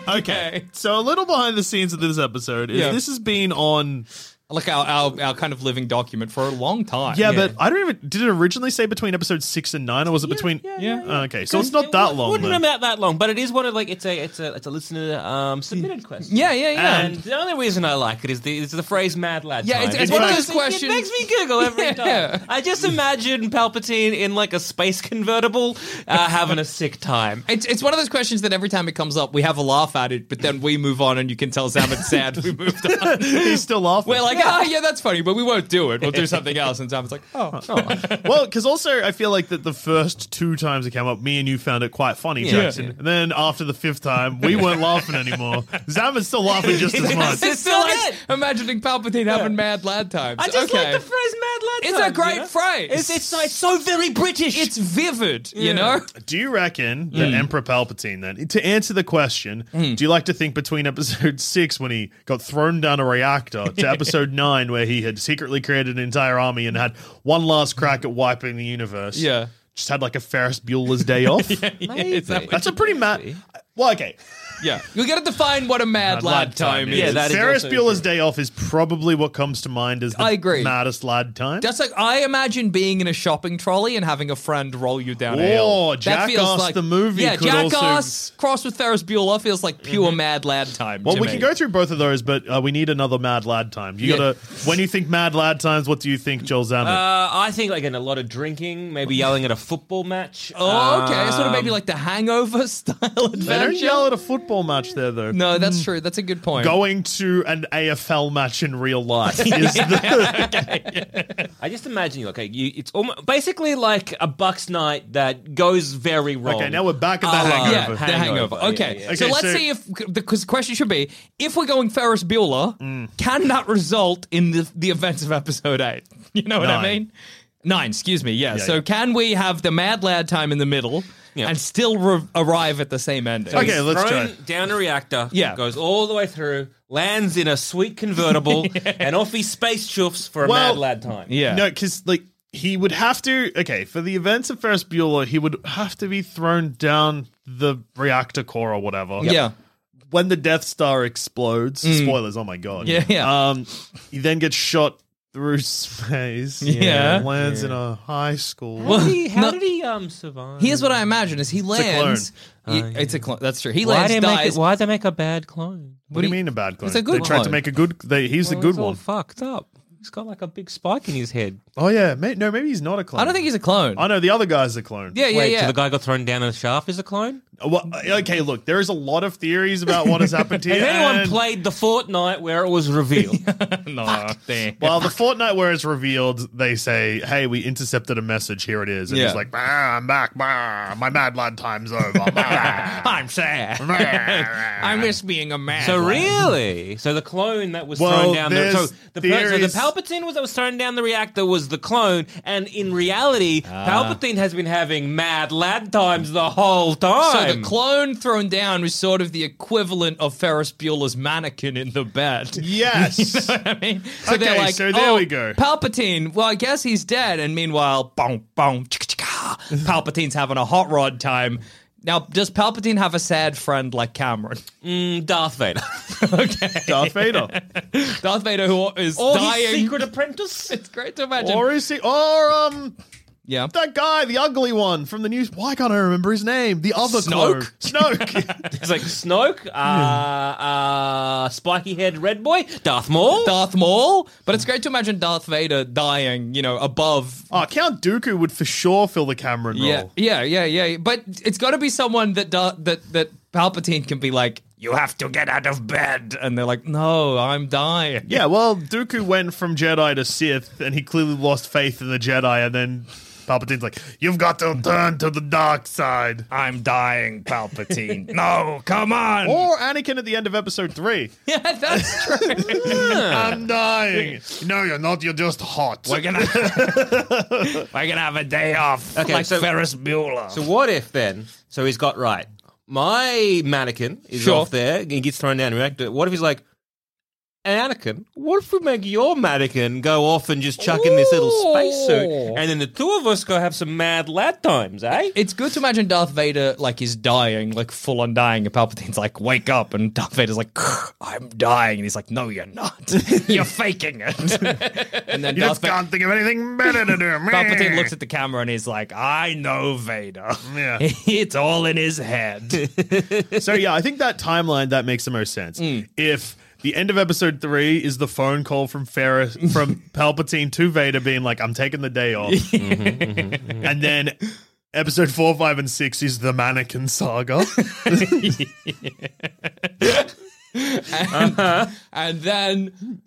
okay. So, a little behind the scenes of this episode is Yeah. this has been on. Like our, our, our kind of living document for a long time. Yeah, but I don't even. Did it originally say between episode six and nine, or was it between. yeah, Okay, so it's not that long. Wouldn't then. have been that long, but it is one of like it's a it's a it's a listener um, submitted question. Yeah, yeah, yeah. And the only reason I like it is the is the phrase "Mad Lad." Yeah, time. it's- it's one of makes those me- questions- It makes me giggle every Yeah. time. I just imagine Palpatine in like a space convertible uh, having a sick time. It's, it's one of those questions that every time it comes up, we have a laugh at it, but then we move on, and you can tell Sam it's sad we moved on. He's still laughing. We're like, ah, yeah, that's funny, but we won't do it. We'll do something else. And Sam's like, oh, oh. well, because also I feel like that the first two times it came up, me and you found it quite funny, Jackson. And then after the fifth time, we weren't laughing anymore. Zam is still laughing just as much. It's still like imagining Palpatine having mad lad times. I just like okay. the phrase "Mad Lad." It's a time, great you know? phrase. It's, it's it's so very British. It's vivid, you know? Do you reckon that Mm. Emperor Palpatine, then, to answer the question, do you like to think between episode six, when he got thrown down a reactor, to episode nine, where he had secretly created an entire army and had one last crack at wiping the universe? Yeah. Just had like a Ferris Bueller's day off? Maybe. That's a pretty mad. Well, okay. yeah. You gotta define what a mad, lad, time is. Yeah, that is Ferris also Bueller's Day Off is probably what comes to mind as the I agree. maddest lad time. That's like I imagine being in a shopping trolley and having a friend roll you down a hill. Oh, That feels Jackass like- the movie Yeah, could also- Jackass crossed with Ferris Bueller feels like pure Mm-hmm. mad lad time. well, to we me. can go through both of those, but uh, we need another mad lad time. You Yeah. gotta. When you think mad lad times, what do you think, Joel Zammit? Uh, I think like in a lot of drinking, maybe yelling at a football match. Oh, okay. sort of maybe Um, like the hangover style they don't adventure. yell at a football match there, though. No, that's true. That's a good point. Going to an AFL match in real life is the. I just imagine you. Okay, you, it's almost basically like a Bucks night that goes very wrong. okay, now we're back at Ah, the Yeah, hangover. the hangover. Hangover, Okay. yeah, yeah. so Okay, let's so- see if because the question should be if we're going Ferris Bueller, can that result in the the events of episode eight? You know what I Nine. mean? Nine, excuse me. Yeah. Yeah, so yeah. can we have the Mad Lad time in the middle Yeah. and still re- arrive at the same ending? Okay, He's let's thrown try. down a reactor. Yeah. goes all the way through, lands in a sweet convertible, and off he space chuffs for a Well- mad lad time. Yeah. No, because like he would have to. Okay, for the events of Ferris Bueller, he would have to be thrown down the reactor core or whatever. Yeah. When the Death Star explodes, spoilers. Oh my god. Mm. Yeah, yeah. Um, he then gets shot through space. Yeah. and lands in a high school. How did he, how no- did he um survive? Here's what I imagine: is he lands. y- It's a clone. That's true. He lands, dies. why they make a bad clone? What do you mean a bad clone? a good they tried to clone. make a good. They, he's the Well, good it's all one. fucked up. He's got like a big spike in his head. Oh yeah, may, no, maybe he's not a clone. I don't think he's a clone. I know the other guy's a clone. yeah, yeah, Wait, yeah. so the guy got thrown down a shaft is a clone? Well, okay, look, there is a lot of theories about what has happened here. Has anyone and- played the Fortnite where it was revealed? no, damn. Well, the fortnight where it's revealed, they say, "Hey, we intercepted a message. Here it is." And Yeah. he's like, "Bah, "I'm back. Bah, my mad lad time's over." Bah." I'm sad. I miss being a man. so really, so the clone that was Well, thrown down the so there's the, per- so the theories- Palpatine was that was thrown down the reactor was the clone, and in reality, Palpatine has been having mad lad times the whole time. So the clone thrown down was sort of the equivalent of Ferris Bueller's mannequin in the bed. yes. I mean, so Okay, they're like, so there "Oh, we go." Palpatine. Well, I guess he's dead. And meanwhile, boom, boom, chicka, chicka, Palpatine's having a hot rod time. Now, does Palpatine have a sad friend like Cameron? Mm, Darth Vader, Darth Vader, Darth Vader, who is or dying. his Oh, secret apprentice. It's great to imagine. or is he? Or um, yeah. that guy, the ugly one from the news. Why can't I remember his name? The other clone, Snoke. It's like Snoke, uh, uh, spiky head red boy, Darth Maul. Darth Maul, but it's great to imagine Darth Vader dying, you know, above oh, Count Dooku would for sure fill the Cameron role. Yeah, yeah, yeah, yeah. But it's got to be someone that da- that that Palpatine can be like, you have to get out of bed, and they're like, no, I'm dying. Yeah, well, Dooku went from Jedi to Sith, and he clearly lost faith in the Jedi, and then Palpatine's like, You've got to turn to the dark side. I'm dying, Palpatine. no, come on. Or Anakin at the end of episode three. yeah, that's true. I'm dying. No, you're not. You're just hot. gonna we're gonna have a day off, Okay, so- Ferris Bueller. So what if then? So he's got right. My mannequin is Sure. off there. He gets thrown down. the reactor. What if he's like, Anakin? What if we make your mannequin go off and just chuck in this little Ooh. spacesuit, and then the two of us go have some mad lad times, eh? it's good to imagine Darth Vader like is dying, like full on dying, and Palpatine's like, wake up, and Darth Vader's like, I'm dying, and he's like, no, you're not, you're faking it. and then you Darth just Vader. can't think of anything better to do. Palpatine looks at the camera and he's like, I know Vader. Yeah. it's all in his head. So, yeah, I think that timeline, that makes the most sense. If. The end of episode three is the phone call from Ferris from Palpatine to Vader being like, I'm taking the day off. And then episode four, five, and six is the mannequin saga. and then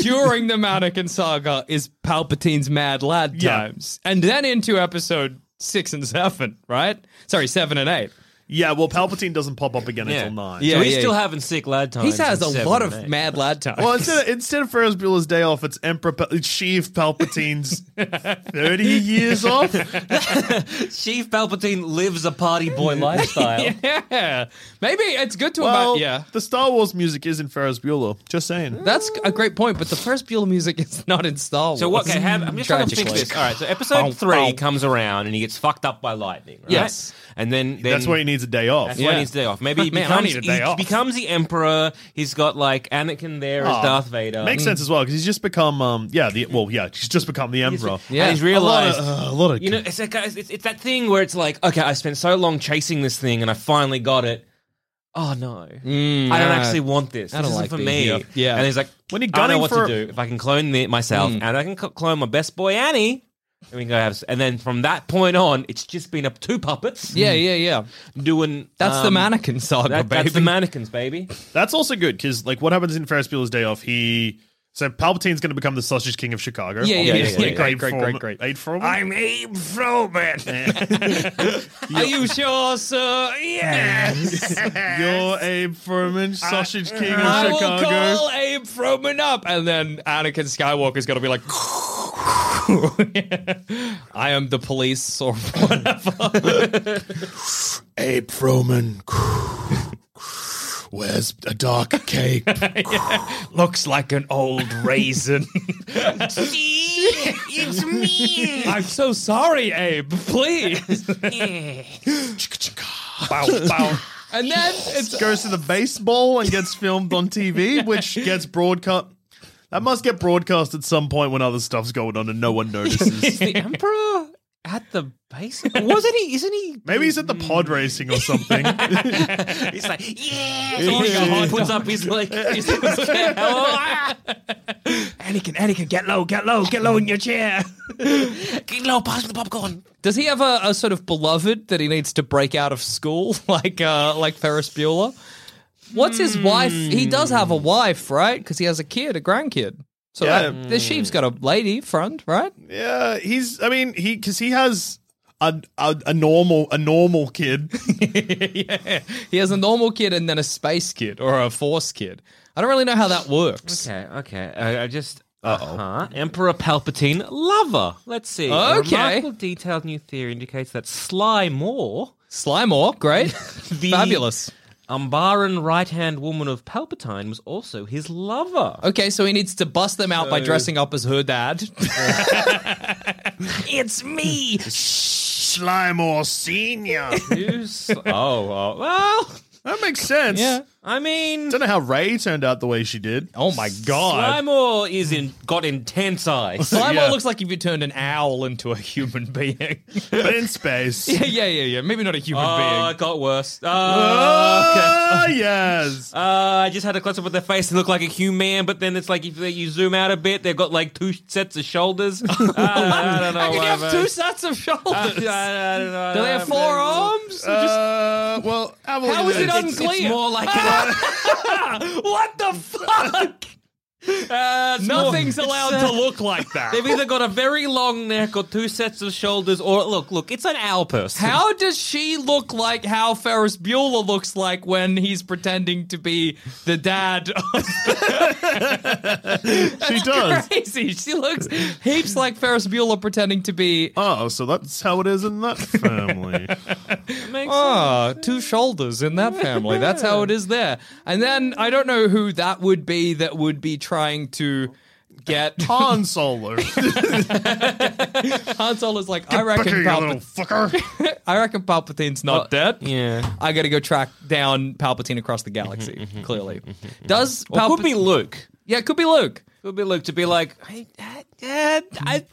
during the mannequin saga is Palpatine's mad lad Yeah. times. And then into episode six and seven, right? Sorry, seven and eight. yeah, well, Palpatine doesn't pop up again until nine. Yeah, so he's yeah, still yeah. having sick lad He times. has in a seven lot and of eight. mad lad times. Well, instead of, instead of Ferris Bueller's day off, it's Emperor Pal- it's Sheev Palpatine's 30 years off. Chief Palpatine lives a party boy lifestyle. yeah. Maybe it's good to Well, imagine. Yeah. the Star Wars music is in Ferris Bueller. Just saying. That's a great point, but the first Bueller music is not in Star Wars. So what can happen? I'm just trying to fix Tragically. this. All right, so Bow, episode bow. three comes around and he gets fucked up by lightning. Right? Yes. and then, then That's why he needs a day off. That's why Yeah. he needs a day off. Maybe he Man, becomes, I need a day he off. becomes the emperor. He's got like Anakin there as Oh, Darth Vader. Mm, Makes sense as well because he's just become, um, yeah, the well, yeah, he's just become the Emperor. Yeah. Yeah, and he's A lot of, realized. uh, a lot of you know, it's, like, it's, it's that thing where it's like, okay, I spent so long chasing this thing and I finally got it. Oh no, I don't Mm, yeah. actually want this. I this isn't don't like for these. me. Yeah. Yeah. and he's like, When you're I don't know gunning what for- to do. If I can clone the, myself Mm. and I can c- clone my best boy Annie, and we can go have. s- And then from that point on, it's just been up two puppets. Yeah, yeah, yeah. doing That's the um, mannequin saga, that- baby. that's the mannequins, baby. That's also good because, like, what happens in Ferris Bueller's Day Off? He so Palpatine's going to become the Sausage King of Chicago. Yeah, yeah, yeah, obviously. yeah, yeah. Great, Abe great, Forman- great, great. Abe Forman? Abe Froman. Are you sure, sir? Yes. You're Abe Furman, Sausage King of Uh, I will Chicago. call Abe Froman up, and then Anakin Skywalker's got to be like, "I am the police," or whatever. Abe Froman. Where's a dark cake? Looks like an old raisin. it's me. I'm so sorry, Abe. Please. bow, bow. And then it's Goes to the baseball and gets filmed on TV, which gets broadcast. That must get broadcast at some point when other stuff's going on and no one notices. the Emperor at the base? Wasn't he? Isn't he? Maybe he's at the pod racing or something. He's like, yeah. So like a hard puts up his like his his chair. Oh, ah. Anakin, Anakin, get low, get low, get low in your chair. Get low, pass me the popcorn. Does he have a, a sort of beloved that he needs to break out of school, like uh, like Ferris Bueller? What's his wife? He does have a wife, right? Because he has a kid, a grandkid. So Yeah. that, the sheep's got a lady friend, right? yeah, he's. I mean, he because he has a, a a normal a normal kid. yeah, he has a normal kid and then a space kid or a force kid. I don't really know how that works. Okay, okay. I, I just. Uh-huh. Emperor Palpatine, lover. Let's see. A Okay. remarkable detailed new theory indicates that Sly Moore, Slimor, great, The- fabulous. Umbaran right-hand woman of Palpatine, was also his lover. Okay, so he needs to bust them out by dressing up as her dad. It's me. Slimor Senior. Who's- oh, oh, well. that makes sense. Yeah. I mean, Don't know how Ray turned out the way she did. oh my god. Slimor is in got intense eyes. Slimor Yeah. looks like if you turned an owl into a human being. yeah, But in space. yeah, yeah. Maybe not a human Oh, being. it got worse. Oh, okay. Ah, yes. Uh, I just had a close up with their face. They look like a human, but then it's like if you zoom out a bit, they've got like two sets of shoulders. I, don't- I don't know. How can why, you have man. two sets of shoulders? I, I- I don't know. Do they have four arms? Or just- Uh, well, have a look How at is it this. unclear? It's more like what the fuck? uh, it's more- Nothing's allowed it's, uh, to look like that. They've either got a very long neck or two sets of shoulders, or look, look, it's an owl person. How does she look like how Ferris Bueller looks like when he's pretending to be the dad? She does. Crazy. She looks heaps like Ferris Bueller pretending to be. Oh, so that's how it is in that family. makes Ah, two shoulders in that family. That's how it is there. And then I don't know who that would be that would be trying to get Han Solo. Han Solo's like I reckon Fucking you little Palpat- fucker. I recken Palpatine's not dead. Yeah. I got to go track down Palpatine across the galaxy. Mm-hmm, clearly, does Or Palpatine? mm-hmm. could be Luke. yeah, it could be Luke. Could be Luke to be like, I, I, I,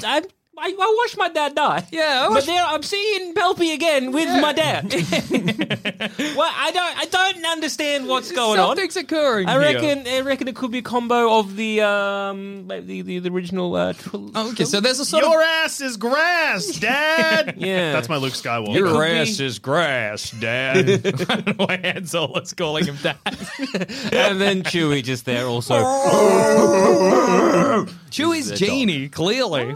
I, I, I watched my dad die. Yeah, I but watched- there, I'm seeing Pelpy again with my dad. well, I don't, I don't understand what's going on. Something's occurring. I here. reckon, I reckon it could be a combo of the um, like the the, the original. Uh, tril- Okay, so there's a sort Your of ass is grass, Dad. Yeah. That's my Luke Skywalker. You're right. grass is grass, Dad. I don't know why Anzola's calling him Dad. and then Chewie just there also. Chewie's genie, clearly.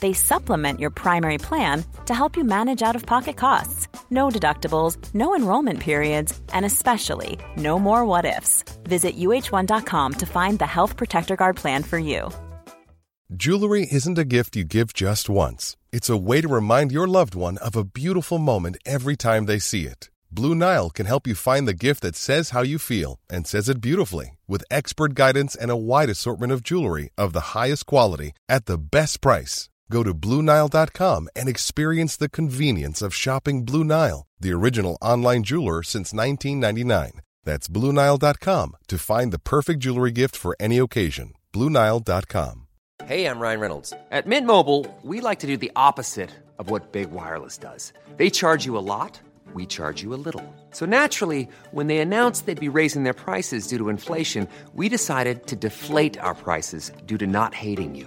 They supplement your primary plan to help you manage out of pocket costs. No deductibles, no enrollment periods, and especially no more what ifs. Visit uh1.com to find the Health Protector Guard plan for you. Jewelry isn't a gift you give just once. It's a way to remind your loved one of a beautiful moment every time they see it. Blue Nile can help you find the gift that says how you feel and says it beautifully with expert guidance and a wide assortment of jewelry of the highest quality at the best price. Go to BlueNile.com and experience the convenience of shopping Blue Nile, the original online jeweler since 1999. That's BlueNile.com to find the perfect jewelry gift for any occasion. BlueNile.com. Hey, I'm Ryan Reynolds. At Mint Mobile, we like to do the opposite of what Big Wireless does. They charge you a lot, we charge you a little. So naturally, when they announced they'd be raising their prices due to inflation, we decided to deflate our prices due to not hating you.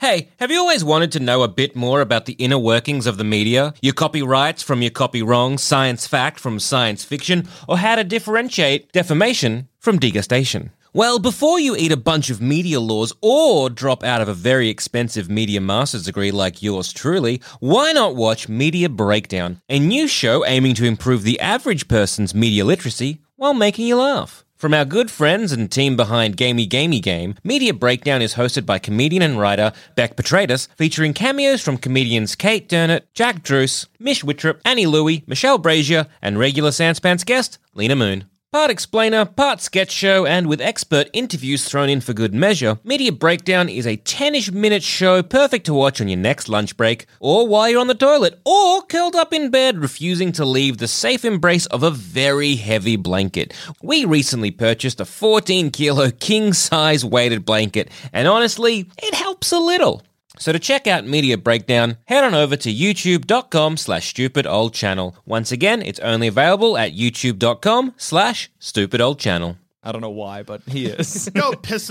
Hey, have you always wanted to know a bit more about the inner workings of the media? Your copyrights from your copy wrong, science fact from science fiction, or how to differentiate defamation from degustation? Well, before you eat a bunch of media laws or drop out of a very expensive media master's degree like yours truly, why not watch Media Breakdown, a new show aiming to improve the average person's media literacy while making you laugh? From our good friends and team behind Gamey Gamey Game, Media Breakdown is hosted by comedian and writer Beck Petratus, featuring cameos from comedians Kate Durnett, Jack Druce, Mish Wittrup, Annie Louie, Michelle Brazier, and regular Sanspants guest Lena Moon. Part explainer, part sketch show, and with expert interviews thrown in for good measure, Media Breakdown is a 10 ish minute show perfect to watch on your next lunch break, or while you're on the toilet, or curled up in bed refusing to leave the safe embrace of a very heavy blanket. We recently purchased a 14 kilo king size weighted blanket, and honestly, it helps a little. So to check out Media Breakdown, head on over to youtube.com slash stupid old channel. Once again, it's only available at youtube.com slash stupid old channel. I don't know why, but he is. Go piss.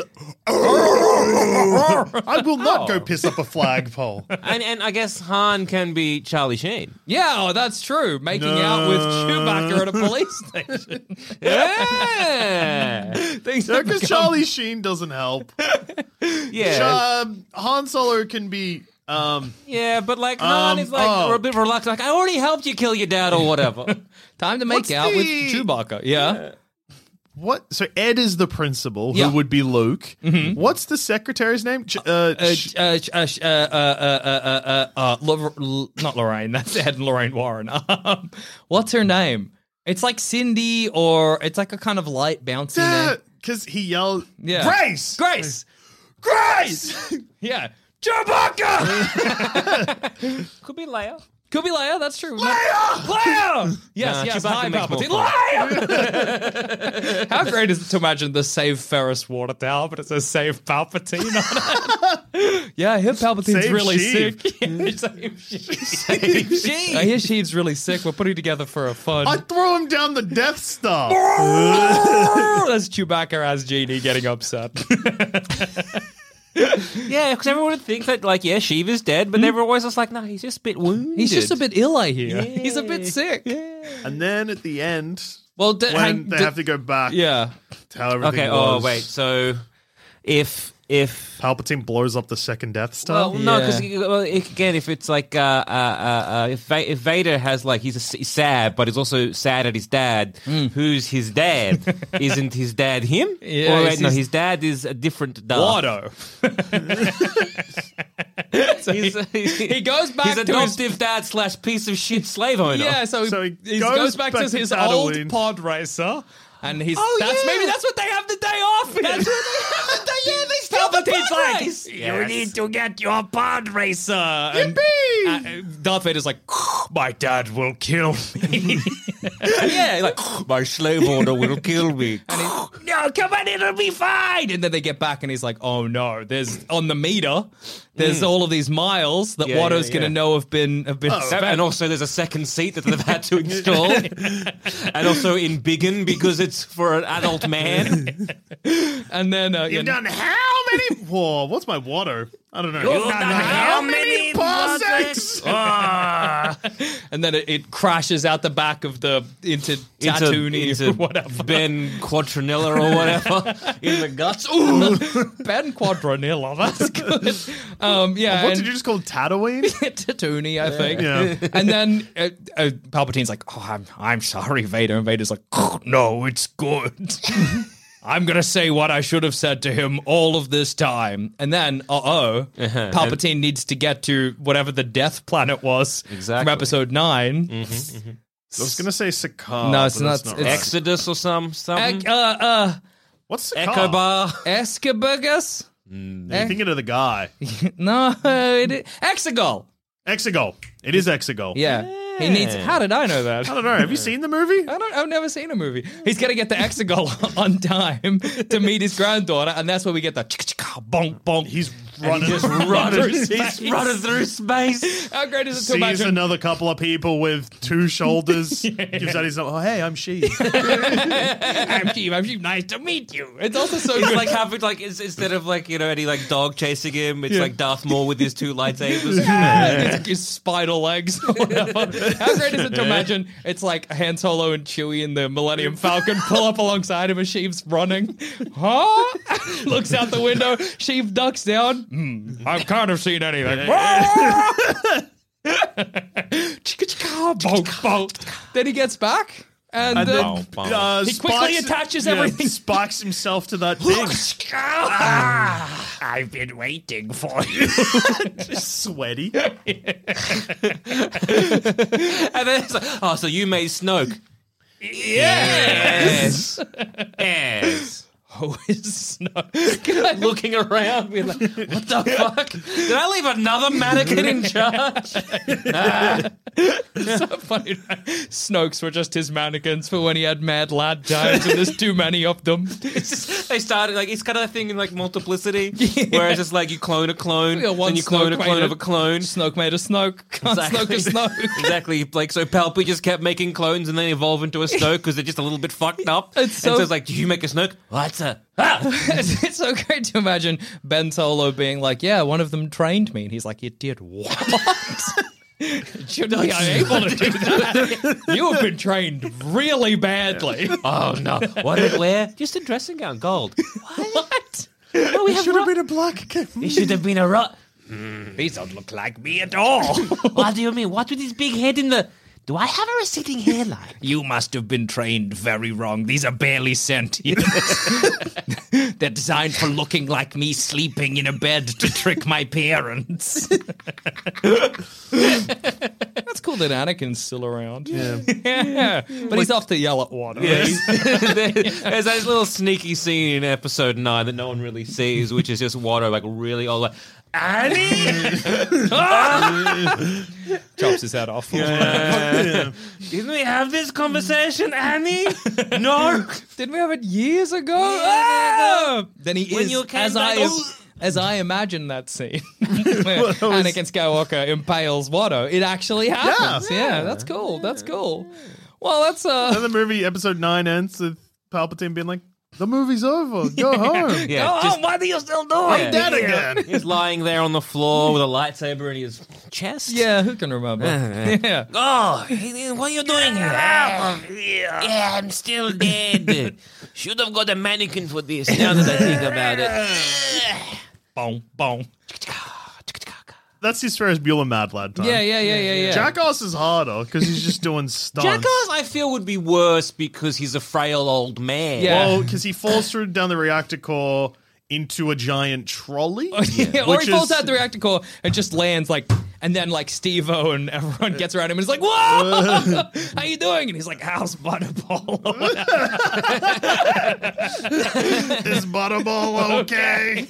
I will not Oh. go piss up a flagpole. And, and I guess Han can be Charlie Sheen. yeah, oh, that's true. Making out with Chewbacca at a police station. Yeah. Things have Because become- Charlie Sheen doesn't help. yeah. Um, Han Solo can be. Um, yeah, but like Han Um, is like oh. a bit reluctant. Like, I already helped you kill your dad or whatever. Time to make What's out with the- Chewbacca. Yeah. what? So Ed is the principal, who Yeah. Mm-hmm. would be Luke. What's the secretary's name? Ch- uh, Uh, Ch- uh, uh, uh, uh, uh, uh, uh, uh, Lor- L- not Lorraine. That's Ed and Lorraine Warren. Um, What's her name? It's like Cindy, or it's like a kind of light bouncy name. Because he yelled, Yeah. Grace! Grace. Grace! Yeah. Chewbacca. Could be Leia. Could be Leia. That's true. Leia. Leia. Yes. Nah, yes. Chewbacca Hi, makes more Palpatine. Leia. How great is it to imagine the Save Ferris water tower, but it says Save Palpatine on it? yeah, I hear Palpatine's Save really Sheev. sick. Yeah, save Sheev. I hear Sheev's really sick. We're putting together for a fun. I threw him down the Death Star. That's Chewbacca as Genie getting upset. Yeah, because everyone would think that, like, yeah, Shiva's dead, but they were always just like, no, he's just a bit wounded. He's just a bit ill, I hear. He's a bit sick. and then at the end, Well, d- when hang- they d- have to go back yeah. to how everything Okay, oh, was, wait. So if. If Palpatine blows up the second Death Star. Well, no, because Yeah. well, it- again, if it's like uh, uh, uh, uh, if, Va- if Vader has like he's, a s he's sad, but he's also sad at his dad. Who's his dad? Isn't his dad him? Yeah, or, wait, he's- no, he's- his dad is a different Darth. Watto. So he- he, he goes back his to his- adoptive dad slash piece of shit slave owner. Yeah, so, So he, he he goes, goes back, back to to his old Tatooine. pod racer, and he's Oh, that's yeah. maybe that's what they have the day off. in. That's what they have the day- yeah, they steal the Palpatine's pod like, race. You need to get your pod racer. And, uh, Darth Vader's like, my dad will kill me. yeah, like my slave owner will kill me. no, come on, it'll be fine. And then they get back, and he's like, "Oh no, there's on the meter, there's all of these miles that Hmm. Yeah, Watto's yeah, gonna yeah. Oh, know have been have been That- spent. and also, there's a second seat that they've had to install, and also in Biggin because it's for an adult man. And then uh, yeah, You've done how many? Whoa, what's my water? I don't know. You've, done how many Ah. parsecs? and then it, it crashes out the back of the into Into- Tatooine or into whatever. Ben Quatronella or whatever in the guts. Ooh. Ben Quadronilla, that's good. Um, yeah, What and did you just call Tatooine? Tatooine, I think. Yeah. And then uh, uh, Palpatine's like, "Oh, I'm I'm sorry, Vader." And Vader's like, "Oh, "No, it's good. I'm gonna say what I should have said to him all of this time." And then, uh oh, Uh-huh. Palpatine needs to get to whatever the Death Planet was from Exactly. Episode 9 Mm-hmm. I was gonna say Sakaar. No, but it's that's Not not- it's- right. Exodus or some something. Ec- uh, uh, What's Sakaar? Echo bar. Escaburgus? You're thinking of the guy. No, it is. Exegol. Exegol. It is Exegol. Yeah. He needs. How did I know that? I don't know. Have you seen the movie? I don't, I've never seen a movie. He's got to get the Exegol on time to meet his granddaughter, and that's where we get the chicka chicka bonk bonk. He's and running he just through running, he's space. running through space. How great is it to Sees imagine? another couple of people with two shoulders. Gives out his number. Oh, hey, I'm she. I'm Jeeves, I'm Jeeves, nice to meet you. It's also so It's good. like having like it's, instead of like you know any like dog chasing him, it's like Darth Maul with his two lightsabers. his, his spider legs or whatever. How great is it to imagine it's like Han Solo and Chewie and the Millennium Falcon pull up alongside him and Sheev's running. Huh? Looks out the window. Sheev ducks down. Hmm, I've kind of seen anything. Chicka-chicka, bonk, bonk. then he gets back and, And uh, then, uh, He quickly attaches everything. Spikes himself to that thing. I've been waiting for you. Just sweaty. And then it's like, oh, so you made Snoke. Yes. Yes. Oh, it's not. Looking around, being like, what the fuck? Did I leave another mannequin in charge? so funny. right? Snokes were just his mannequins for when he had mad lad times and there's too many of them. It's just, they started like it's kind of a thing in like multiplicity, where it's just like you clone a clone, Yeah, one and you clone a Snoke clone made of a it. clone. Snoke made a Snoke. Can't Snoke a Snoke. exactly. Like so, Palpy just kept making clones, and they evolve into a Snoke because they're just a little bit fucked up. It's and so- so it's like, do you make a Snoke? What's a it's, it's so great to imagine Ben Solo being like, yeah, one of them trained me. And he's like, you did what? Should be unable to do that. You have been trained really badly. Oh no! What did it wear? Just a dressing gown, gold. What? Oh, we have Should have ro- been a black. it should have been a rot. Mm. These don't look like me at all. What do you mean? What with his big head in the? Do I have a receding hairline? You must have been trained very wrong. These are barely sentient. They're designed for looking like me sleeping in a bed to trick my parents. That's cool that Anakin's still around. Yeah. But he's off to yell at water. There's that little sneaky scene in episode nine that no one really sees, which is just Watto like really old, like Annie. Chops his head off. Didn't we have this conversation, Annie? No. Didn't we have it years ago? Ah! Then he When is you came as back- I as I imagine that scene. where Anakin Skywalker impales Watto. It actually happens. Yeah, that's cool. That's cool. Well, that's uh And the movie episode nine ends with Palpatine being like, "The movie's over. Go home." Yeah. just, why do you still do yeah. Dead again. He's lying there on the floor with a lightsaber in his chest. Yeah, who can remember? yeah. Oh, what are you doing here? Yeah, I'm still dead. Should have got a mannequin for this. Now that I think about it. Boom, boom. That's his Ferris Bueller Mad Lad time. Yeah, yeah, yeah, yeah, yeah. Jackass is harder because he's just doing stunts. Jackass, I feel, would be worse because he's a frail old man. Yeah. Well, because he falls through down the reactor core into a giant trolley. Oh, Yeah, or Which he is- falls out the reactor core and just lands like, and then like Steve O and everyone gets around him and is like, "Whoa, how you doing?" And he's like, "How's Butterball?" Is Butterball okay?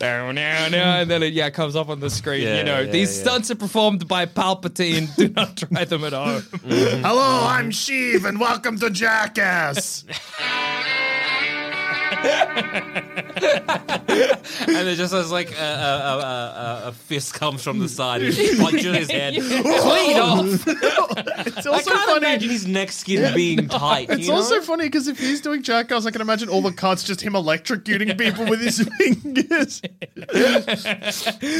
no, no, no. And then it yeah comes up on the screen. Yeah, you know, yeah, these yeah. stunts are performed by Palpatine. Do not try them at home. Hello, I'm Sheev, and welcome to Jackass. And it just has like a, a, a, a, a fist comes from the side and just punches his head clean Oh, off. It's I also can't funny. imagine his neck skin being tight. It's you know? also funny because if he's doing jackass, I can imagine all the cuts just him electrocuting people with his fingers.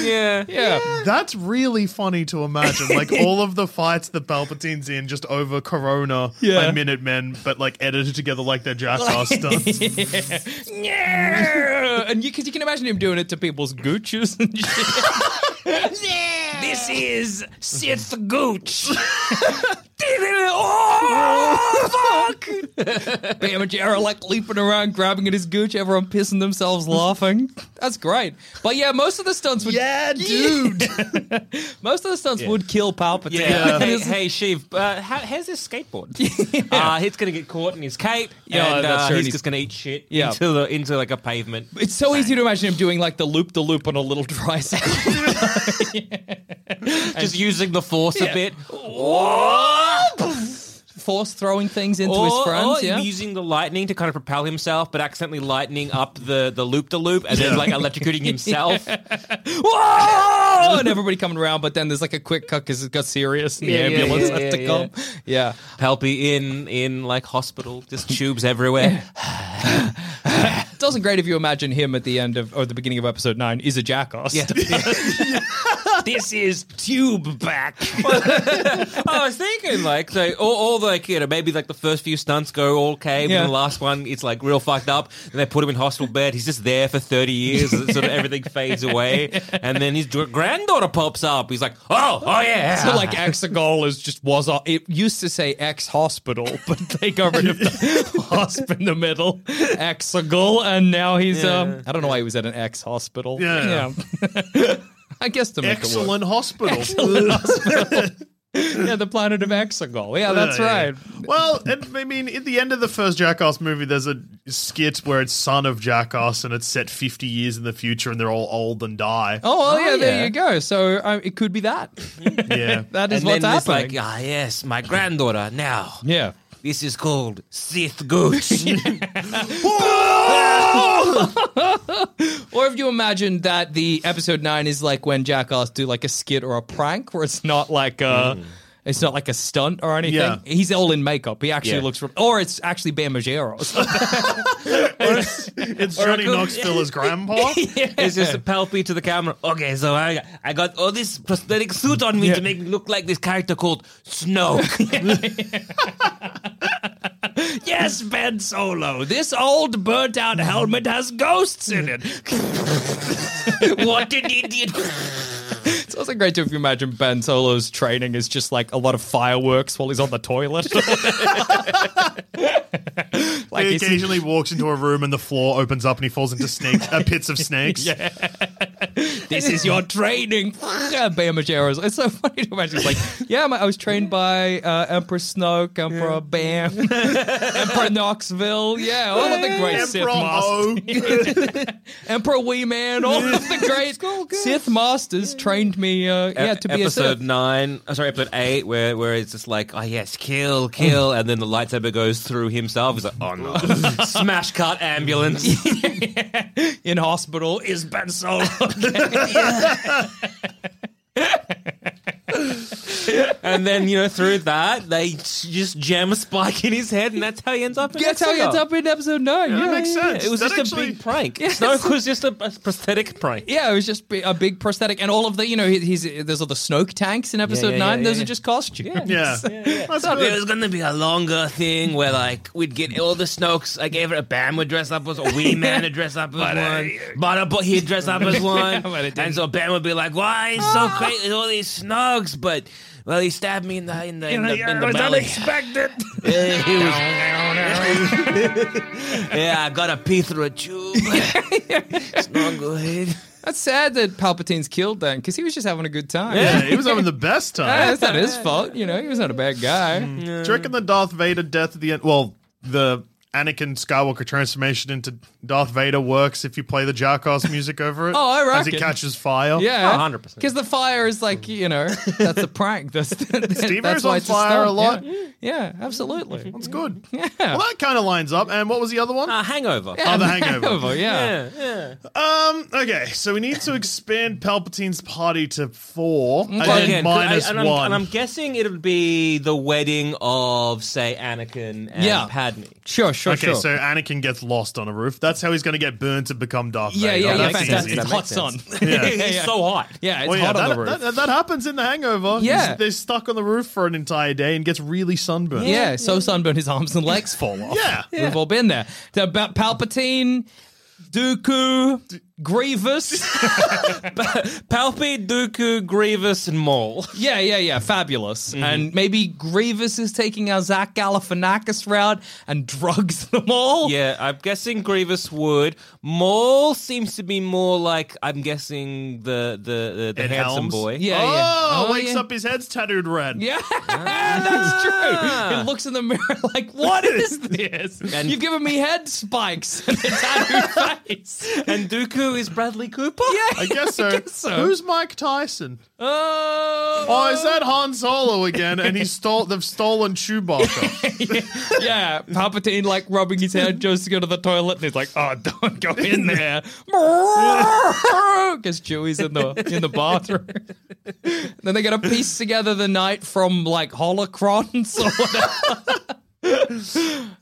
yeah. Yeah. That's really funny to imagine. Like all of the fights that Palpatine's in just over Corona Yeah. by Minutemen, but like edited together like they're jackass stunts. Yeah. and you, 'cause you can imagine him doing it to people's gooches and shit. This is Sith Gooch. oh, fuck! Bam and Jarrah like leaping around, grabbing at his gooch, everyone pissing themselves laughing. That's great. But yeah, most of the stunts would. Yeah, dude! most of the stunts would kill Palpatine. Yeah. Hey, hey Sheev, uh, how, how's this skateboard? Uh, he's going to get caught in his cape, Yeah, and that's uh, true, he's, and he's- just going to eat shit Yeah. into the into like a pavement. It's so easy to imagine him doing like the loop the loop on a little tricycle. just using the force a bit. force throwing things into his or, friends. or yeah. using the lightning to kind of propel himself, but accidentally lightning up the the loop de loop and then like electrocuting himself. Whoa! and everybody coming around, but then there's like a quick cut because it got serious and Yeah, yeah, the ambulance yeah, has to yeah, come. Yeah. Helpy in in like hospital, just tubes everywhere. Doesn't great if you imagine him at the end of or the beginning of episode nine is a jackass. this is tube back. I was thinking like so, all, all like you know maybe like the first few stunts go all okay, but Yeah. then the last one it's like real fucked up. And they put him in hospital bed. He's just there for thirty years. and sort of everything fades away, and then his dr- granddaughter pops up. He's like, oh, oh yeah. So like Exegol is just was it used to say ex hospital, but they got rid of the hosp in the middle. Exegol, and now he's um I don't know why he was at an ex hospital. Yeah. Yeah. I guess to make it work. Excellent hospital. Yeah, the planet of Exegol. Yeah, that's Yeah, yeah. right. Well, and, I mean, at the end of the first Jackass movie, there's a skit where it's Son of Jackass and it's set 50 years in the future and they're all old and die. Oh, well, yeah, yeah. there you go. So um, it could be that. yeah. That is and what's then it's happening. like, ah, yes, my granddaughter now. yeah. This is called Sith Gooch. Or if you imagine that the episode nine is like when Jackass do like a skit or a prank, where it's not like a, it's not like a stunt or anything. Yeah. He's all in makeup. He actually Yeah. looks, re- or it's actually Bam Margera or something. It's Johnny Oracle. Knoxville as grandpa. It's just a palpy to the camera. Okay, so I I got all this prosthetic suit on me to make me look like this character called Snow. yes, Ben Solo. This old burnt out helmet has ghosts in it. what an idiot! It's also great too if you imagine Ben Solo's training is just like a lot of fireworks while he's on the toilet. like he he's- occasionally walks into a room and the floor opens up and he falls into snake, uh, pits of snakes. Yeah. this is your training. Bam Margera's. It's so funny to imagine. It's like, yeah, my, I was trained by uh, Emperor Snoke, Emperor Bam, Emperor Knoxville. Yeah, all of the great Sith Emperor masters. O. Emperor Wee Man, all of the great Sith masters trained me uh, yeah, to be a E-, episode Sith. nine, oh, sorry, episode eight, where where it's just like, oh yes, kill, kill, and then the lightsaber goes through himself. He's like, oh no, smash cut ambulance. in hospital is Ben Solo. and then you know through that they just jam a spike in his head, and that's how he ends up. In That's how he ends Exegol. up in episode nine. Yeah, that makes yeah, yeah. sense. It was That just actually- a big prank. Snoke was just a prosthetic prank. Yeah, it was just bi- a big prosthetic, and all of the you know, he- he's there's all the Snoke tanks in episode yeah, nine. yeah, those yeah. are just costumes. Yeah. That's It good. was going to be a longer thing where, like, we'd get all the Snokes. Like, every a Bam would dress up as a wee man would dress up as uh, one, Butter Boy he'd dress up as one, and so Bam would be like, "Why is so Ah. crazy all these Snokes?" But well, he stabbed me in the in the in the, in the belly. unexpected. Yeah, he was- yeah, I got a pee through a tube. it's not good. That's sad that Palpatine's killed then, because he was just having a good time. Yeah, he was having the best Yeah, time. That's not his fault, you know. He was not a bad guy. Do you reckon the Darth Vader death at the end? Well, the Anakin Skywalker transformation into Darth Vader works if you play the Jackass music over it. Oh, I As it reckon. catches fire. Yeah, Oh, 100%. Because the fire is like you know that's a prank. That's Steve-O's that's on why it's fire a stunt. lot. Yeah, yeah absolutely. That's good. Yeah. Well, that kind of lines up. And what was the other one? Uh, hangover. oh, the hangover. yeah. Um, okay, so we need to expand Palpatine's party to four and Well, then again, 'cause I- minus and I'm, one. And I'm guessing it'll be the wedding of, say, Anakin and Yeah. Padme. Sure, sure, okay, sure. so Anakin gets lost on a roof. That's how he's going to get burned to become Darth yeah, Vader. yeah, yeah. That's Fantastic. easy. It's hot sun. He's so hot. Yeah, it's Well, yeah, hot on that, the roof. that- that happens in The Hangover. Yeah. He's- they're stuck on the roof for an entire day and gets really sunburned. Yeah, so sunburned his arms and legs fall off. Yeah. We've all been there. The Ba- Palpatine, Dooku, Grievous. Palpy, Dooku, Grievous, and Maul. yeah, yeah, yeah. Fabulous. Mm-hmm. And maybe Grievous is taking our Zach Galifianakis route and drugs them all. Yeah, I'm guessing Grievous would. Maul seems to be more like I'm guessing the the the, the Ed handsome Helms? boy. Yeah, Oh, yeah. wakes yeah. up, his head's tattooed red. Yeah, Ah. that's true. He looks in the mirror like, "What is this? And- You've given me head spikes and a tattooed face." And Dooku who is Bradley Cooper? Yeah. I guess so. I guess so. Who's Mike Tyson? Oh, Oh, is that Han Solo again? And he stole. They've stolen Chewbacca. yeah, Palpatine like rubbing his hand, goes to go to the toilet, and he's like, "Oh, don't go in there," because Chewie's in the in the bathroom. then they gotta piece together the night from like holocrons or whatever.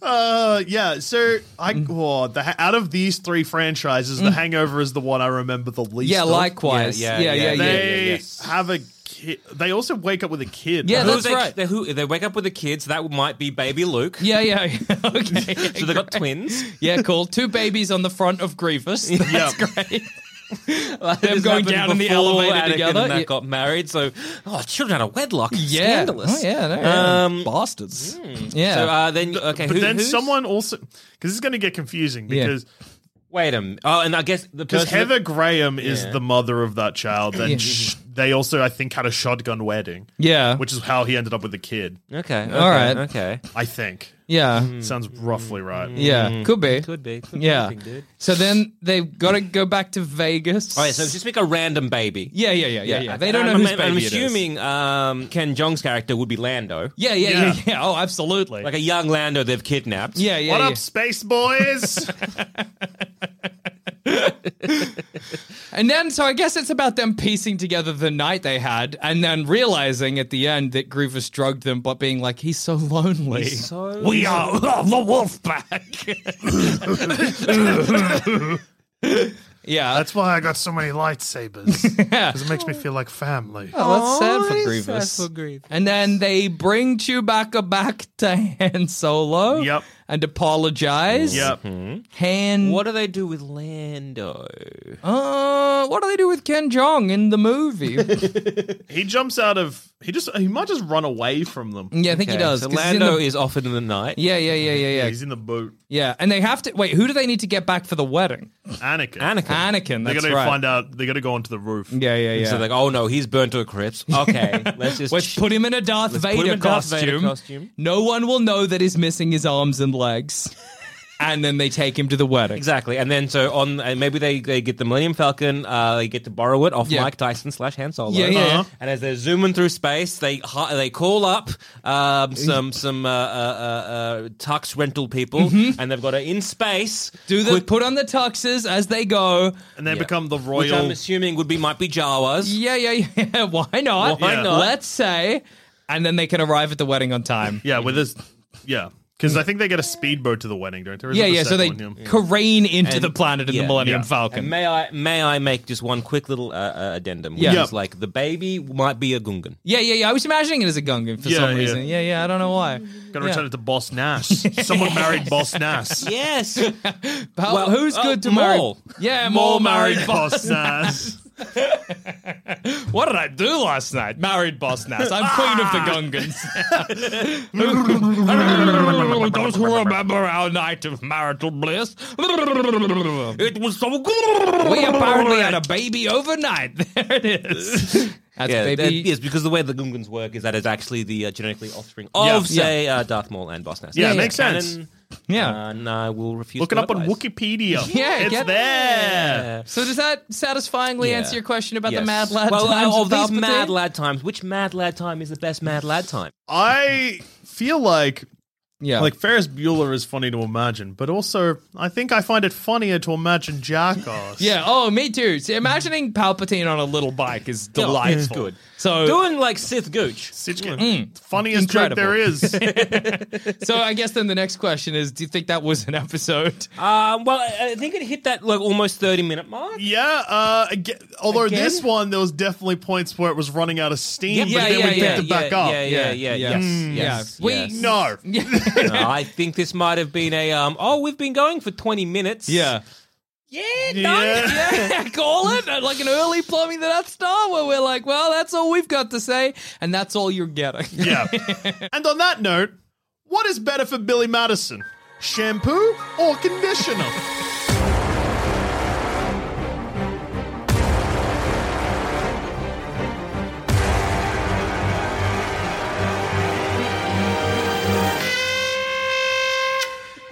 Uh, yeah. So Mm. I, oh, the, ha- out of these three franchises, The Hangover is the one I remember the least. yeah, of. likewise. Yeah, yeah, yeah, yeah. yeah, They yeah, yes. have a kid. They also wake up with a kid. Yeah, right? Who that's they, right. They, who, they wake up with the kids. That might be baby Luke. yeah, yeah, Okay. So they got twins. Yeah, cool. Two babies on the front of Grievous. That's great. Them This going happened down in the before elevator Anakin together. And that Yeah. got married. So, oh, children out of wedlock. Yeah. Scandalous. Oh, yeah, no, yeah. Um, Bastards. Yeah. So uh, then, okay. But who- then who's- someone also because it's going to get confusing Yeah. because Wait a minute. Oh, and I guess the because person. Heather Graham is Yeah. the mother of that child, and sh- they also I think had a shotgun wedding, yeah. which is how he ended up with the kid. okay, okay. All right. Okay. I think yeah. sounds roughly right. Mm. Yeah. Mm. Could be. Mm. Could be. Could be Yeah. anything, dude. So then they've got to go back to Vegas. All Oh, right. Oh, So just make a random baby. Um, yeah, yeah, yeah, yeah, yeah. They don't know I'm, whose I'm, baby I'm it is. assuming um, Ken Jong's character would be Lando, Yeah, yeah, yeah, Yeah. yeah, Oh, absolutely. like a young Lando they've kidnapped. yeah, yeah. what yeah. up, space boys? And then, so I guess it's about them piecing together the night they had, and then realizing at the end that Grievous drugged them, but being like, he's so lonely. So we are the wolf pack. yeah, That's why I got so many lightsabers because it makes me feel like family. Oh, that's sad Oh, for it's Grievous. sad for Grievous. And then they bring Chewbacca back to Han Solo. Yep. And apologize. Yep. Han. What do they do with Lando? Uh, what do they do with Ken Jong in the movie? He jumps out of. He just. He might just run away from them. yeah, I think he Okay, does. So 'cause he's in Lando the- is off in the night. Yeah, yeah, yeah, yeah, yeah, He's in the boot. yeah. And they have to wait. Who do they need to get back for the wedding? Anakin. Anakin. Anakin. They're That's gonna right. find out. They're gonna go onto the roof. Yeah, yeah, yeah. So like, oh no, he's burnt to a crisp. Okay, let's just Let's put him in a Darth, Let's put Vader, him in a Darth costume. Vader costume. No one will know that he's missing his arms and legs. and then they take him to the wedding. Exactly, and then so on. And maybe they, they get the Millennium Falcon. Uh, they get to borrow it off Yeah. Mike Tyson slash Han Solo. Yeah, yeah, yeah. Uh-huh. And as they're zooming through space, they hi- they call up um, some some uh, uh, uh, uh, tux rental people, and they've got to in space Mm-hmm. Do the quick- put on the tuxes as they go. And they become the which I'm royal. assuming would be might be Jawas. Yeah, yeah, yeah. Why not? Why Yeah. not? Let's say, and then they can arrive at the wedding on time. Yeah, with this. Yeah, because I think they get a speedboat to the wedding, don't they? Or is Mm. yeah, it the yeah. So they second one? Yeah. careen into And- the planet in yeah, the Millennium yeah. Falcon. And may I may I make just one quick little uh, uh, addendum? Which Yeah. is like the baby might be a Gungan. yeah, yeah, yeah. I was imagining it as a Gungan for Yeah, some yeah. reason. Yeah, yeah. I don't know why. Gonna return it to Boss Nass. Someone married Boss Nass. Yes, But Well, who's oh, good to Maul. marry? Yeah, More Maul married. Bo- Boss Nass. what did I do last night? Married Boss Nass. I'm Ah! queen of the Gungans. Those who remember our night of marital bliss. it was so good. We apparently had a baby overnight. There it is. That's Yeah, that- baby. yes, because the way the Gungans work is that it's actually the uh, genetically offspring of, Yeah. say, Uh, Darth Maul and Boss Nass. Yeah, it makes sense. Canon, uh, Yeah. and I will refuse. Look to it up on otherwise. Wikipedia. Yeah, it's get- there. So does that satisfyingly Yeah. answer your question about Yes. the Mad Lad well, times uh, of of these Palpatine? Mad Lad times, which Mad Lad time is the best Mad Lad time? I feel like Yeah. like Ferris Bueller is funny to imagine, but also I think I find it funnier to imagine Jackass. yeah. Oh, me too. See, imagining Palpatine on a little bike is delightful. good. So, Doing like Sith Gooch. Sitchkin, funniest Mm. Incredible. joke there is. so I guess then the next question is: Do you think that was an episode? Um, well, I I think it hit that like almost thirty minute mark. yeah, uh, aga although Again? this one there was definitely points where it was running out of steam, Yep. but Yeah, then we yeah, picked yeah, it back up. Yeah, yeah, yeah, Yeah. yes, Mm. yes, Yeah. We- yes. No, No, Uh, I think this might have been a um. Oh, we've been going for twenty minutes. yeah, done. Yeah. Yeah, call it uh, like an early plumbing the Death Star, where we're like, well, that's all we've got to say, and that's all you're getting. Yeah. and on that note, what is better for Billy Madison? Shampoo or conditioner?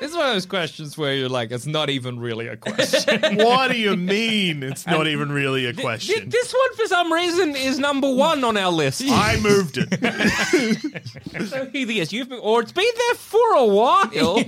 This is one of those questions where you're like, it's not even really a question. what do you mean? It's not even really a question. This one, for some reason, is number one on our list. I moved it. so either yes, you've been, or it's been there for a while.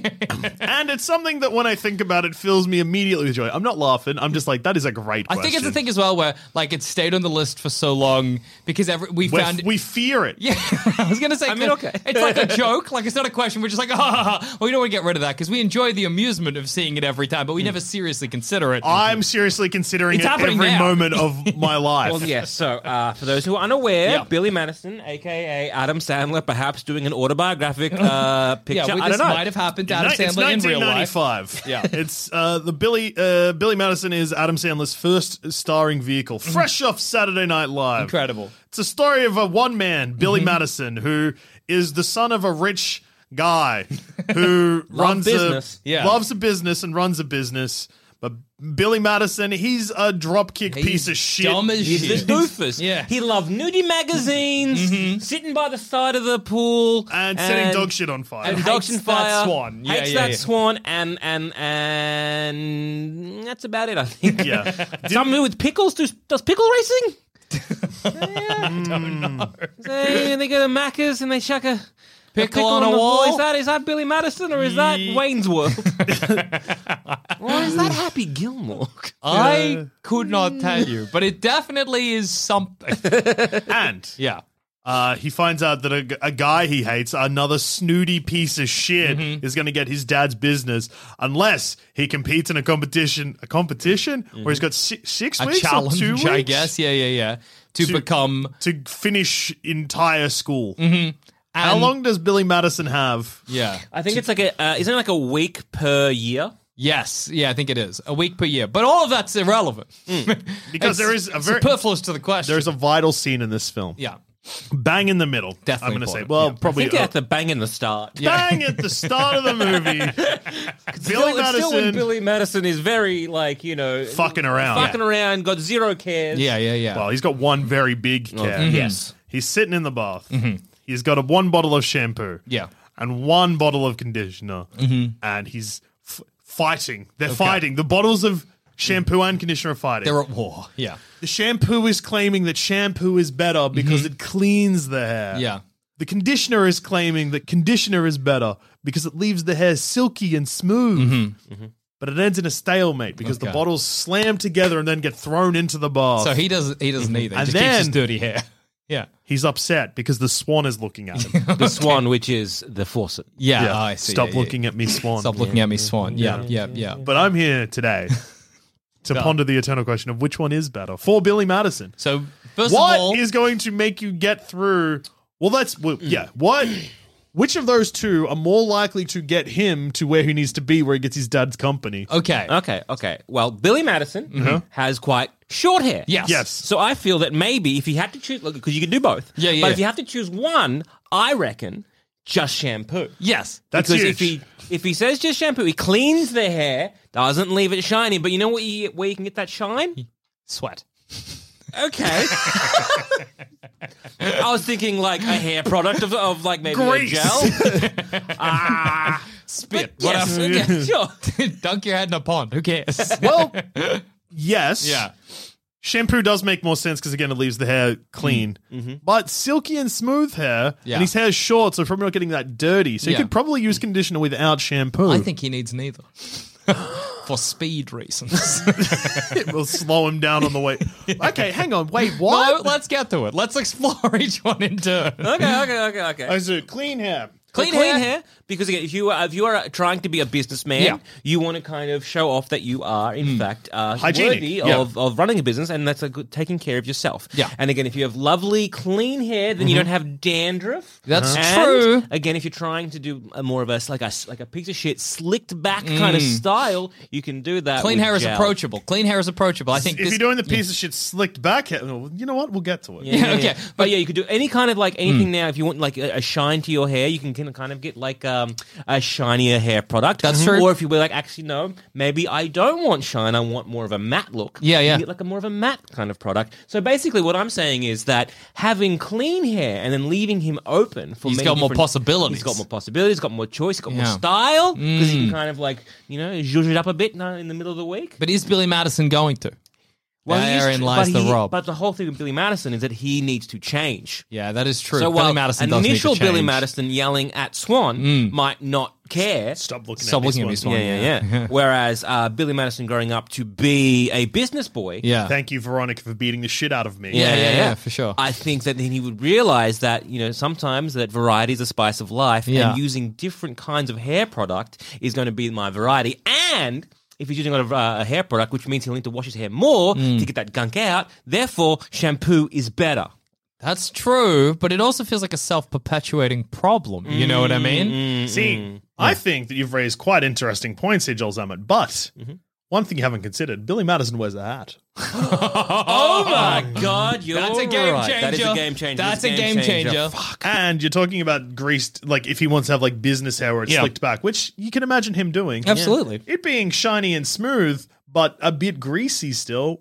And it's something that when I think about it fills me immediately with joy. I'm not laughing. I'm just like, that is a great I question. think it's the thing as well where like it stayed on the list for so long because every, we We're- found we fear it. Yeah, I was gonna say. mean, okay. it's like a joke. Like it's not a question. We're just like, ah, ha, ha, ha. well, we don't want to get rid of that because we enjoy the amusement of seeing it every time, but we Hmm. never seriously consider it. I'm seriously considering It's it happening every now. moment of my life. Well, yes. So, uh, for those who are unaware, Yeah. Billy Madison, aka Adam Sandler, perhaps doing an autobiographic uh, yeah, picture. well, I this don't know. might have happened to Adam Ni- it's Sandler in real life. 1995. Yeah. it's uh, the Billy uh, Billy Madison is Adam Sandler's first starring vehicle, fresh off Saturday Night Live. Mm-hmm. Incredible. It's a story of a one man, Billy Madison, who is the son of a rich guy who runs business. a Yeah. loves a business and runs a business. But Billy Madison, he's a dropkick piece of shit. Dumb as He's shit. the doofus. Yeah. Mm-hmm. He loved nudie magazines, sitting by the side of the pool, and setting dog shit on fire. And Hates dogs in that fire. swan. Yeah, hates yeah, that yeah. swan, and and and that's about it. I think. yeah. Something with pickles. Does, does pickle racing? Hmm. I don't know. They, they go to Macca's and they chuck a pickle, on a the wall? Is that is that Billy Madison or is that Wayne's World? or is that Happy Gilmore? I could not tell you, but it definitely is something. And Yeah. Uh, he finds out that a, g- a guy he hates, another snooty piece of shit, Mm-hmm. is going to get his dad's business unless he competes in a competition. A competition where he's got si- six Mm-hmm. A weeks challenge, or two weeks, I guess. Yeah, yeah, yeah. To, To- become. to finish entire school. How long does Billy Madison have? Mm-hmm. Yeah. I think it's like a uh, isn't it like a week per year? Yes. Yeah, I think it is. A week per year. But all of that's irrelevant. Mm. Because there is a very Superfluous to the question. there is a vital scene in this film. Yeah. bang in the middle. Definitely I'm going to say. important. Well, Yeah. I probably. think you uh, have to bang in the start. Bang at the start of the movie. Billy Still- it's Madison still when Billy Madison is very like you know fucking around. fucking around, got zero cares. Yeah, yeah, yeah. Well, he's got one very big cat. yes. He's sitting in the bath. He's got a one bottle of shampoo. Mm-hmm. Yeah. Mm-hmm. And one bottle of conditioner. And he's f- fighting. They're fighting. The bottles of shampoo and conditioner are fighting. They're at war. Yeah. the shampoo is claiming that shampoo is better because it cleans the hair. Mm-hmm. Yeah. The conditioner is claiming that conditioner is better because it leaves the hair silky and smooth. But it ends in a stalemate because the Mm-hmm. Okay. bottles slam together and then get thrown into the bath. So he doesn't. He doesn't either. mm-hmm. He And just keeps his then- dirty hair. Yeah. He's upset because the swan is looking at him. The swan, which is the faucet. Yeah. Yeah. oh, I see. Stop Yeah, yeah. looking at me, Swan. Stop looking at me, Swan. Yeah. Yeah. Yeah. But I'm here today to ponder the eternal question of which one is better for Billy Madison. So first What of all, Mm. is going to make you get through? Well, that's well, yeah. What? Which of those two are more likely to get him to where he needs to be, where he gets his dad's company? okay. Okay, okay. Well, Billy Madison has quite short hair. Yes. Mm-hmm. Uh-huh. Yes. So I feel that maybe if you had to choose, because you can do both. Yeah, yeah, But yeah. if you have to choose one, I reckon just shampoo. Yes. That's because if huge. he if he says just shampoo, he cleans the hair, doesn't leave it shiny. But you know what? You, where you can get that shine? Sweat. Okay. I was thinking like a hair product of, of like maybe Grease. a gel. Spit. yes, Whatever. yeah, sure. Dunk your head in a pond. Who cares? Well, yes. yeah. Shampoo does make more sense because again, it leaves the hair clean. But silky and smooth hair, Mm-hmm. Yeah. and his hair's short, so it's probably not getting that dirty. So you Yeah. could probably use conditioner without shampoo. I think he needs neither. For speed reasons. it will slow him down on the way. Okay, hang on. Wait, no, what? let's get to it. Let's explore each one in turn. Okay, okay, okay, okay. I said Oh, clean hair. clean, hair. because again, if you are, if you are trying to be a businessman, Yeah. Mm. you want to kind of show off that you are in fact uh, Hygienic, worthy yeah. of, of running a business, and that's a good, taking care of yourself. Yeah. Mm-hmm. And again, if you have lovely clean hair, then you don't have dandruff. That's And, true. Again, if you're trying to do a more of a like a like a piece of shit slicked back kind of style, you can do that. Mm. Clean with hair is gel. approachable. Clean hair is approachable. I think If this, you're doing the piece of shit slicked back hair, well, you know what? We'll get to it. Yeah, okay. Hmm. But, yeah, you could do any kind of like anything now. If you want like a, a shine to your hair, you can can kind of get like um, a shinier hair product. Mm-hmm. That's Mhm. true. Or if you were like, actually, no, maybe I don't want shine. I want more of a matte look. Yeah, You yeah. get like a more of a matte kind of product. So basically, what I'm saying is that having clean hair and then leaving him open for He's many got more different- possibilities. He's got more possibilities. He's got more choice. He's got more Yeah. Hmm. style because he can kind of like you know zhuzh it up a bit uh, in the middle of the week. But is Billy Madison going to? he is Therein tr- but lies the he- rob. But the whole thing with Billy Madison is that he needs to change. yeah, that is true. So Billy while Madison an does initial need to Billy change. Hmm. Madison yelling at Swan might not care. Stop looking Stop at looking at me, me, Swan. Swan. Yeah, yeah, yeah. Whereas uh, Billy Madison growing up to be a business boy, Yeah. Thank you, Veronica, for beating the shit out of me. Yeah, yeah, yeah, for sure. I think that then he would realize that you know sometimes that variety is the spice of life, Yeah. and using different kinds of hair product is going to be my variety. And if he's using a, lot of, uh, a hair product, which means he'll need to wash his hair more Hmm. to get that gunk out. Therefore, shampoo is better. That's true, but it also feels like a self perpetuating problem. You know what I mean? See, I think that you've raised quite interesting points here, Joel Zammit, but Mm-hmm. one thing you haven't considered, Billy Madison wears a hat. Oh, my god, you're That's a game right. changer. That is a game changer. That's It's a game changer. And you're talking about greased, like if he wants to have like business hair where it's Yeah. slicked back, which you can imagine him doing. Absolutely. It being shiny and smooth, but a bit greasy still,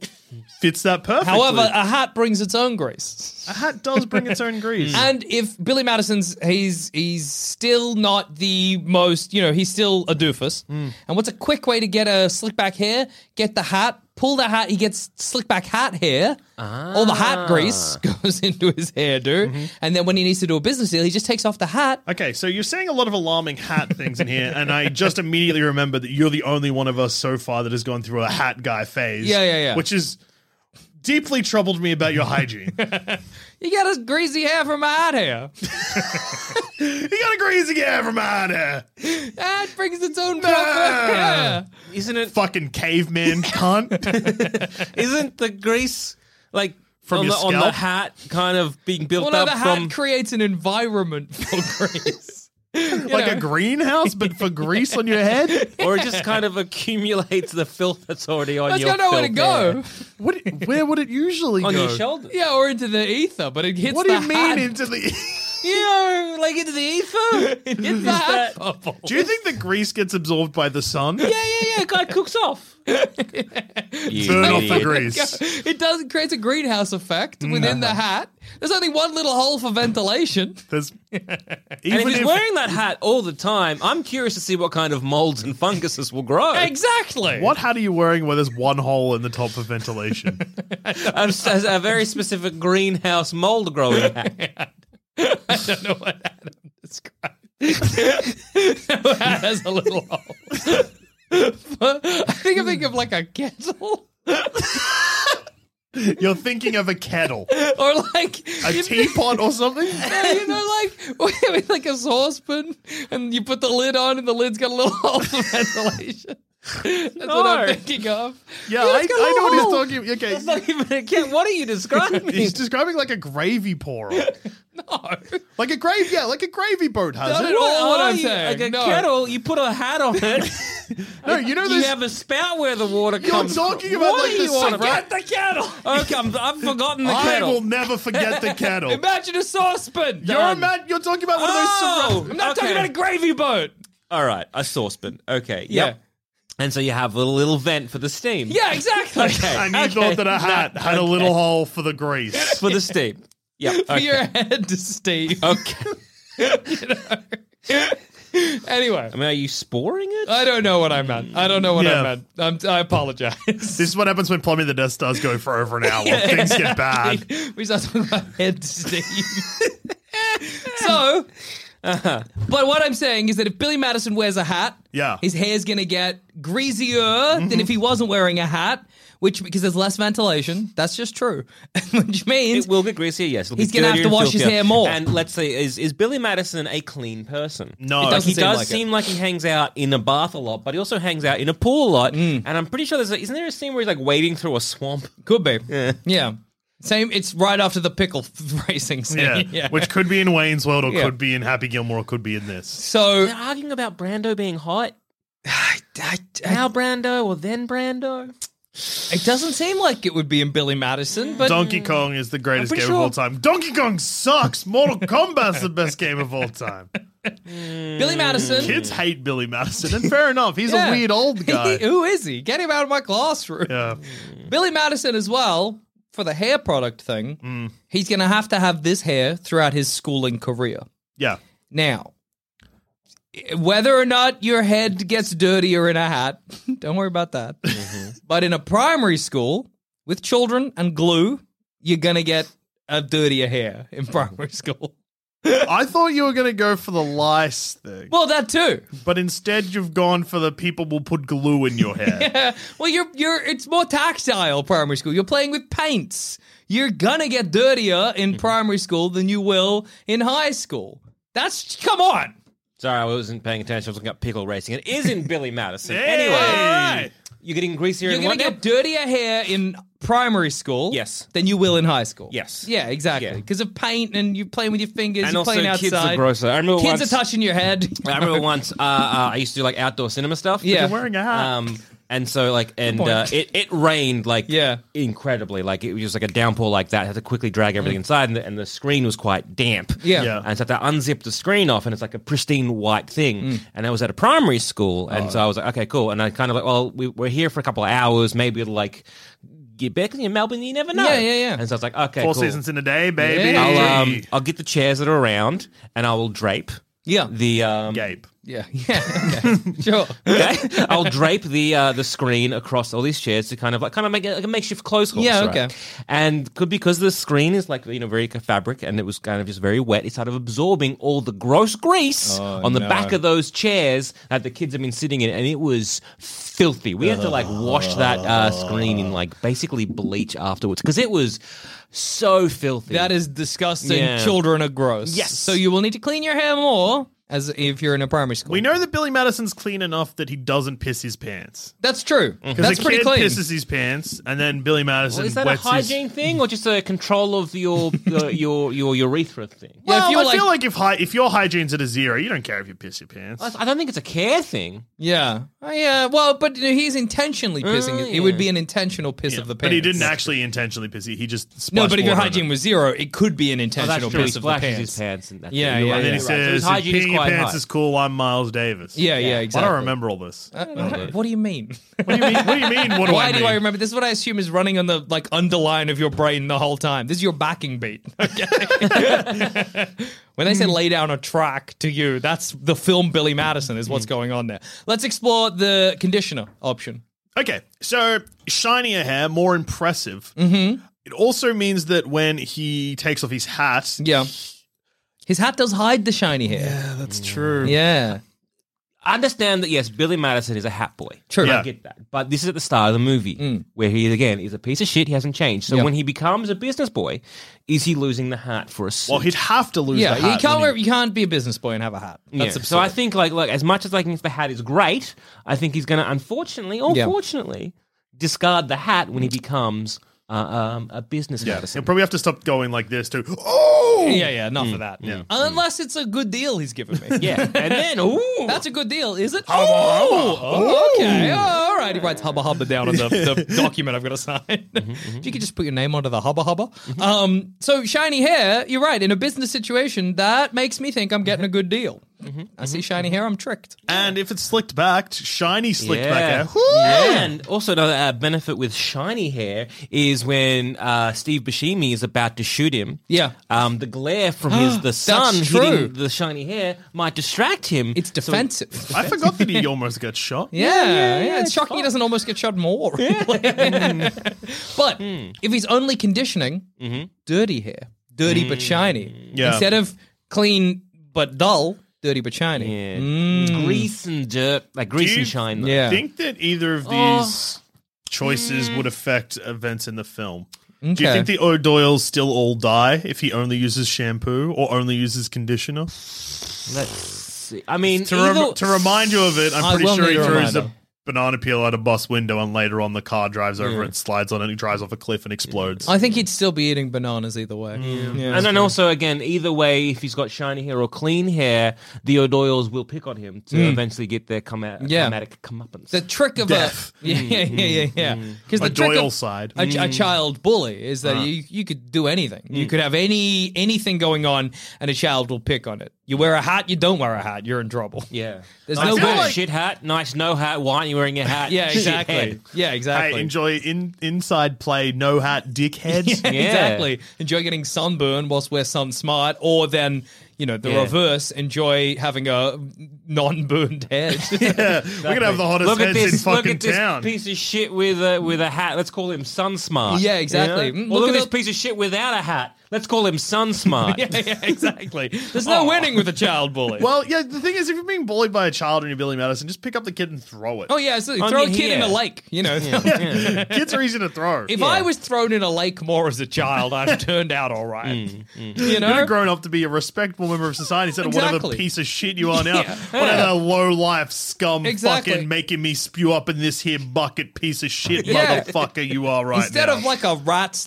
fits that perfectly. However, a hat brings its own grace. a hat does bring its own grease. And if Billy Madison's he's he's still not the most, you know, he's still a doofus. Hmm. And what's a quick way to get a slick back hair? Get the hat, pull the hat, he gets slick back hat hair. All the Ah. hat grease goes into his hairdo. Mm-hmm. And then when he needs to do a business deal, he just takes off the hat. Okay, so you're saying a lot of alarming hat things in here, and I just immediately remember that you're the only one of us so far that has gone through a hat guy phase. Yeah, yeah, yeah. Which is deeply troubled me about your hygiene. you You got his greasy hair from my hat hair. got a greasy hair from out there. That brings its own Ah. yeah. Isn't it? Fucking caveman cunt. Isn't the grease like From on, your the, on the scalp? hat kind of being built Well, no, up the hat from? creates an environment for grease. like a greenhouse, but for grease on your head? or it just kind of accumulates the filth that's already on That's your. got nowhere to filth go. hair. What, where would it usually on go? your shoulder. Yeah, or into the ether, but it hits What do the you mean hat. into the. You know, like into the ether. It's that. Yeah, Do you think the grease gets absorbed by the sun? Yeah. yeah, yeah. Guy cooks off. Burn off the grease. it does it creates a greenhouse effect within Mm-hmm. the hat. There's only one little hole for ventilation. There's, And if even he's wearing that hat all the time, I'm curious to see what kind of molds and funguses will grow. exactly. What hat are you wearing where there's one hole in the top for ventilation? A, a very specific greenhouse mold growing hat. That has a little hole. But I think I'm thinking of like a kettle You're thinking of a kettle, or like a you teapot or something? know, you know, like with like a saucepan, and you put the lid on, and the lid's got a little hole for ventilation. That's what I'm No. thinking of. Yeah, it's I, I got a know hole. what he's talking Okay, It's not even a kid. What are you describing? he's describing like a gravy pourer. No. Like a grave, yeah, like a gravy boat has Not it. at all. what I'm you? saying. Like a No. kettle, you put a hat on it. No, you know you this. have a spout where the water You're comes. talking from. about, what like, are the you on Forget about? the kettle. Okay, I'm, I've forgotten the I kettle. will never forget the kettle. Imagine a saucepan. You're a man. You're talking about one of those. Oh, Surra- I'm not talking okay. about a gravy boat. All right, a saucepan. Okay, Yeah. yep. And so you have a little vent for the steam. Yeah, exactly. Okay. and you okay. thought that a hat had a little hole for the That's grease. for the steam. Yeah. For your head to Steve. Okay. Oh. Anyway, I mean, are you sporing it? I don't know what I meant. I don't know what Yeah. I meant. I'm, I apologize. This is what happens when plumbing the Death Stars go for over an hour. Things get bad. we start talking about head to Steve. so, Uh-huh. but what I'm saying is that if Billy Madison wears a hat, Yeah. Mm-hmm. his hair's going to get greasier than if he wasn't wearing a hat, which because there's less ventilation, that's just true. which means It will get greasier, yes. It'll be He's gonna have dirtier to and wash his filthier. hair more. And let's say, is, is Billy Madison a clean person? No. It doesn't he seem does like it. seem like he hangs out in a bath a lot, but he also hangs out in a pool a lot. And I'm pretty sure there's a, isn't there a scene where he's like wading through a swamp? Mm. could be. Yeah. Same. It's right after the pickle racing scene. Yeah. which could be in Wayne's World, or Yeah. could be in Happy Gilmore, or could be in this. so They're arguing about Brando being hot. I- I- Now Brando or then Brando? It doesn't seem like it would be in Billy Madison, but Donkey Kong is the greatest pretty game of all sure- time. Donkey Kong sucks. Mortal Kombat's the best game of all time. Billy Madison. Kids hate Billy Madison, and fair enough, he's Yeah. a weird old guy. Who is he? Get him out of my classroom. yeah. Billy Madison as well for the hair product thing. Mm. He's going to have to have this hair throughout his schooling career. Yeah. Now, whether or not your head gets dirtier in a hat, don't worry about that. But in a primary school with children and glue, you're going to get a dirtier hair in primary school. I thought you were going to go for the lice thing, Well, that too. but instead you've gone for the people will put glue in your hair. well, you're you're it's more tactile primary school. You're playing with paints. You're gonna get dirtier Mm-hmm. in primary school than you will in high school. That's come on. Sorry, I wasn't paying attention. I was looking up pickle racing. It is in Billy Madison. All Anyway, right. you're getting greasier You're in gonna one get dirtier hair in primary school, Yes. than you will in high school. Yes. yeah, exactly. Yeah. Because of paint and you're playing with your fingers. And you're also playing outside. kids are grosser. I remember kids once- are touching your head. I remember once uh, uh, I used to do like outdoor cinema stuff. Yeah. You're wearing a hat. Um, and so like, and point. uh, it it rained like Yeah. incredibly. Like it was just like a downpour like that. I had to quickly drag everything inside, and the, and the screen was quite damp. Yeah. Yeah. And so I had to unzip the screen off, and it's like a pristine white thing. Mm. And I was at a primary school, Oh. and so I was like, okay, cool. And I kind of like, well, we, we're here for a couple of hours. Maybe it'll like get back in Melbourne. You never know. Yeah, yeah, yeah. And so I was like, okay, Four cool. seasons in a day, baby. Yeah. I'll, um, I'll get the chairs that are around, and I will drape Yeah, the um, Gape. yeah, yeah. Okay. sure. okay? I'll drape the uh, the screen across all these chairs to kind of like kind of make it like a makeshift clothes horse. Yeah, right? okay. And could because the screen is like you know very fabric and it was kind of just very wet, it started absorbing all the gross grease Oh, on the back of those chairs that the kids have been sitting in, and it was filthy. We had to like wash that uh, screen in like basically bleach afterwards because it was so filthy. That is disgusting. Yeah. Children are gross. Yes. So you will need to clean your hair more as if you're in a primary school. We know that Billy Madison's clean enough that he doesn't piss his pants. That's true. Because That's a pretty Mm-hmm. kid clean. pisses his pants, and then Billy Madison Well, is that a wets his hygiene thing or just a control of your uh, your your urethra thing? Yeah, if Well, you were I feel like- like if hy- if your hygiene's at a zero, you don't care if you piss your pants. I don't think it's a care thing. Yeah. Oh, yeah. Well, but you know, he's intentionally pissing. it. It would be an intentional piss of the Mm. pants. But he didn't actually intentionally piss. He he just No, but if your splashed water on it. hygiene was zero, it could be an Oh, intentional Oh, true. piss He of the splashes pants. his pants. And that's Yeah, it. You're yeah, right, and then yeah. he you're right. So his says, hygiene is "Peeing your quite pants high. is cool. I'm Miles Davis." Yeah, yeah, Why do exactly. I remember all this? What What do you mean? do you mean? What do you mean? What do Why I mean? do I remember? This is what I assume is running on the like underline of your brain the whole time. This is your backing beat. Okay. when they say Hmm. lay down a track to you, that's the film Billy Madison is Hmm. what's going on there. Let's explore the conditioner option. Okay, so shinier hair, more impressive. Mm-hmm. It also means that when he takes off his hat, Yeah. His hat does hide the shiny hair. that's true. Yeah. I understand that yes, Billy Madison is a hat boy. True. I get that. But this is at the start of the movie where he again is a piece of shit. He hasn't changed. So Mm. Yeah. when he becomes a business boy, is he losing the hat for a suit? Well, he'd have to lose. Yeah, the you hat can't when wear, you can't be a business boy and have a hat. Yeah. That's So I think like look, as much as I think the hat is great, I think he's going to unfortunately or Yeah. fortunately discard the hat when he becomes uh, um, a business Yeah, Madison. he'll probably have to stop going like this too. Oh, yeah, yeah, enough of that. Mm. Unless it's a good deal he's giving me. Yeah, and then ooh, That's a good deal, is it? Hubba, Oh, hubba. oh, okay. Oh, all right. He writes hubba hubba down on the, the document I've got to sign. If you could just put your name onto the hubba hubba. Um, so, shiny hair, you're right. In a business situation, that makes me think I'm getting a good deal. I see shiny hair, I'm tricked. And if it's slicked back, shiny slicked Yeah. back hair. Whoo! And also another uh, benefit with shiny hair is when uh, Steve Buscemi is about to shoot him. Yeah. Um, the glare from his the sun That's true. hitting the shiny hair might distract him. It's So- defensive. I forgot that he almost got shot. Yeah, yeah, It's, shocking he doesn't almost get shot more. really. but if he's only conditioning, dirty hair, dirty but shiny, Yeah. instead of clean but dull, dirty but shiny. Mm, yeah. Grease and dirt, like grease Do you and shine. Though. Oh. Yeah. Think that either of these choices Mm. would affect events in the film. Do you Okay. think the O'Doyles still all die if he only uses shampoo or only uses conditioner? Let's see. I mean, To, either- rem- to remind you of it, I'm I pretty will sure need he a throws reminder. a banana peel out a bus window and later on the car drives over it, slides on it, and he drives off a cliff and explodes. I think he'd still be eating bananas either way. Yeah. and then also again, either way, if he's got shiny hair or clean hair, the O'Doyles will pick on him to eventually get their come out, Mm. Yeah. comedic comeuppance. The trick of Death. a yeah yeah yeah yeah because A the trick Doyle of side. Mm. a, ch- a child bully is that you you could do anything you could have any anything going on and a child will pick on it You wear a hat, you don't wear a hat, you're in trouble. Yeah. There's nice no hat, way. shit hat, nice no hat, why aren't you wearing a hat? Yeah, Shit exactly. head. Yeah, exactly. Hey, enjoy in inside play, no hat, dickheads. Yeah, Yeah. exactly. Enjoy getting sunburn whilst we're sun smart, or then you know the Yeah. reverse. Enjoy having a non-burned head. We're gonna have the hottest Look at heads this! in look fucking at this town. piece of shit with a with a hat. Let's call him Sunsmart. Yeah, exactly. Mm, Or look, look at at this the- piece of shit without a hat. Let's call him Oh. Sunsmart. yeah, yeah, exactly. There's no winning with a child bully. Well, yeah, the thing is, if you're being bullied by a child and you're Billy Madison, just pick up the kid and throw it. oh yeah, so I throw a mean, kid in yeah. a lake. You know, Kids are easy to throw. if you're I was thrown in a lake more as a child, I'd have turned out all right. You know, have grown up to be a respectable member of society instead of whatever Exactly. piece of shit you are now. Yeah. Whatever low life scum Exactly. fucking making me spew up in this here bucket piece of shit Yeah. motherfucker you are right Instead now. of like a rat's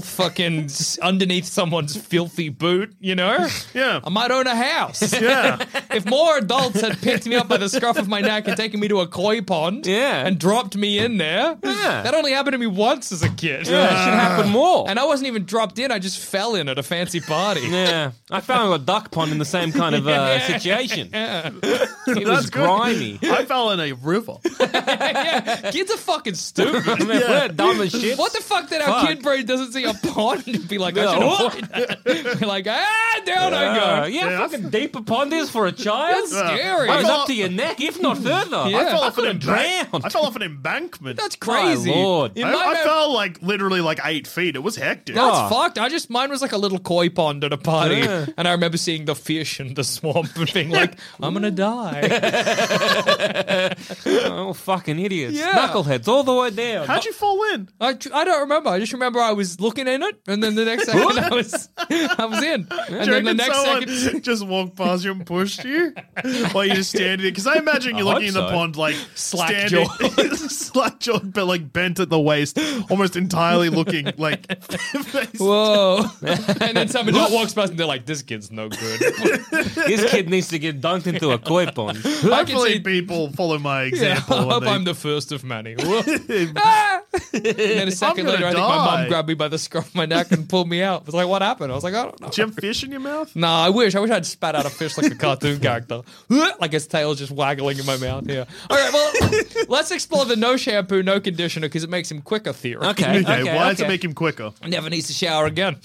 fucking s- underneath someone's filthy boot, you know? Yeah. I might own a house. Yeah. if more adults had picked me up by the scruff of my neck and taken me to a koi pond Yeah. and dropped me in there, Yeah. that only happened to me once as a kid. Yeah, it should Ah. happen more. And I wasn't even dropped in, I just fell in at a fancy party. yeah, I found a duck pond in the same kind of uh, situation. It was grimy. I fell in a river. Yeah, Kids are fucking I stupid. mean, We're dumb as shit. What the fuck that our Fuck. kid brain doesn't see a pond and be like, I Yeah, should what? avoid that. Be like, ah, down I Uh, go. yeah, fucking deeper pond is for a child. That's scary. I was Well- up to your neck, if not further. Yeah. I fell I off an could've embank- drowned. I fell off an embankment. That's My crazy. lord. In I, my I mem- fell like literally like eight feet. It was hectic. That's Ah. fucked. I just mine was like a little koi pond at a party, Yeah. and I remember seeing the fish and the swamp and being like, "I'm gonna die." Oh, fucking idiots. Yeah. Knuckleheads all the way down. How'd you fall in? I, tr- I don't remember. I just remember I was looking in it, and then the next second I was I was in, and Do you then the reckon next someone second. just walked past you and pushed you while you're just standing there? Because I imagine you're I looking in hope the so. pond like Slack standing, slack jawed, but like bent at the waist, almost entirely looking like. face- Whoa! and then some adult walks past, and they're like, "This kid's no good." this kid needs to get dunked into a koi pond. I can Hopefully, see- people follow my yeah, example. I and hope they- I'm the first of many. Whoa. Ah! and then a second gonna later, I think my die. mom grabbed me by the scruff of my neck and pulled me out. I was like, "What happened?" I was like, "I don't know." Did you have fish in your mouth? Nah, I wish. I wish I'd spat out a fish like a cartoon character. like his tail's just waggling in my mouth here. All right, well, let's explore the no shampoo, no conditioner because it makes him quicker theory. Okay. Okay, okay, why does it okay. make him quicker? Never needs to shower again.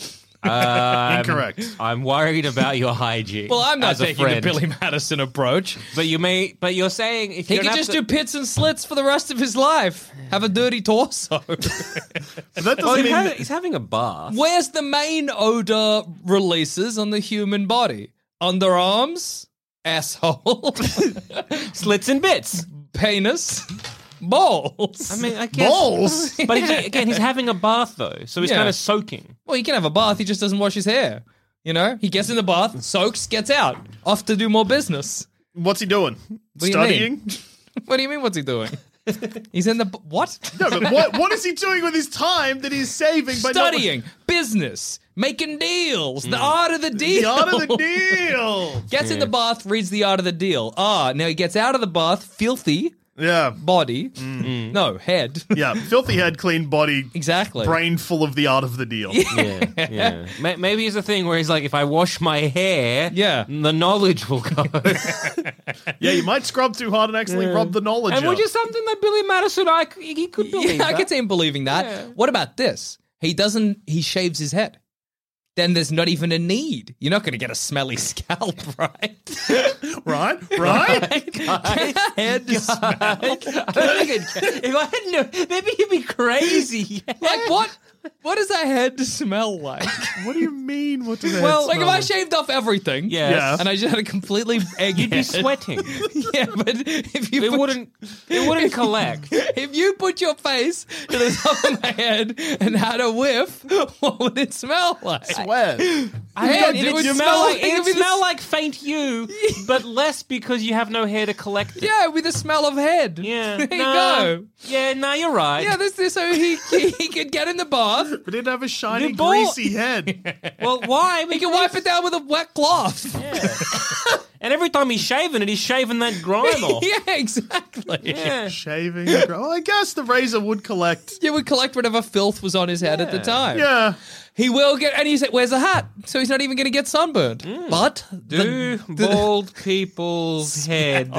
Incorrect. I'm worried about your hygiene. Well, I'm not as a taking the friend. Billy Madison approach. But you may. But you're saying if He you could don't have just to- do pits and slits for the rest of his life. Have a dirty torso. But that doesn't Well, Oh, he's, mean. having, he's having a bath. Where's the main odor releases on the human body? Underarms, asshole, Slits and bits. penis, balls. I mean, I guess. Balls. But he's, again, he's having a bath though, so he's Yeah. kind of soaking. Well, he can have a bath. He just doesn't wash his hair. You know, he gets in the bath, soaks, gets out, off to do more business. What's he doing? do you Studying? What do you mean? What's he doing? He's in the b- what? No, but what, what is he doing with his time that he's saving by not- Studying business, making deals, the art of the deal. The art of the deal. Gets in the bath, reads the art of the deal. Ah, now he gets out of the bath, filthy Yeah. body, no head. Yeah. Filthy head, clean body, exactly. brain full of the art of the deal. Yeah, yeah. Ma- Maybe it's a thing where he's like, if I wash my hair, Yeah. the knowledge will go. yeah, you might scrub too hard and accidentally rub the knowledge and out. which is something that Billy Madison, I c- he could believe. Yeah, I that. could see him believing that. What about this? He doesn't. He shaves his head. Then there's not even a need. You're not going to get a smelly scalp, right? right? Right? head smell. I don't think it- if I had no, maybe he'd be crazy. Like what? What does a head smell like? what do you mean? What does that well, like smell if I shaved off everything, Yes. Yeah. and I just had a completely egg, You'd be head. sweating. yeah, but if you It put- wouldn't. It wouldn't collect. If you put your face to the top of my head and had a whiff, what would it smell like? Sweat. Man, it would smell, like it would smell like faint you, but less because you have no hair to collect it. Yeah, with the smell of head. Yeah. There you nah. go. Yeah, no, you're right. Yeah, this is so he, he he could get in the bath. But it'd have a shiny, The ball- greasy head. well, why? He can wipe it down with a wet cloth. And every time he's shaving it, he's shaving that grime off. yeah, exactly. Yeah. Shaving. well, I guess the razor would collect. You would collect whatever filth was on his head at the time. Yeah. He will get, and he's like, where's the hat? So he's not even going to get sunburned. Mm. But Do bald people's head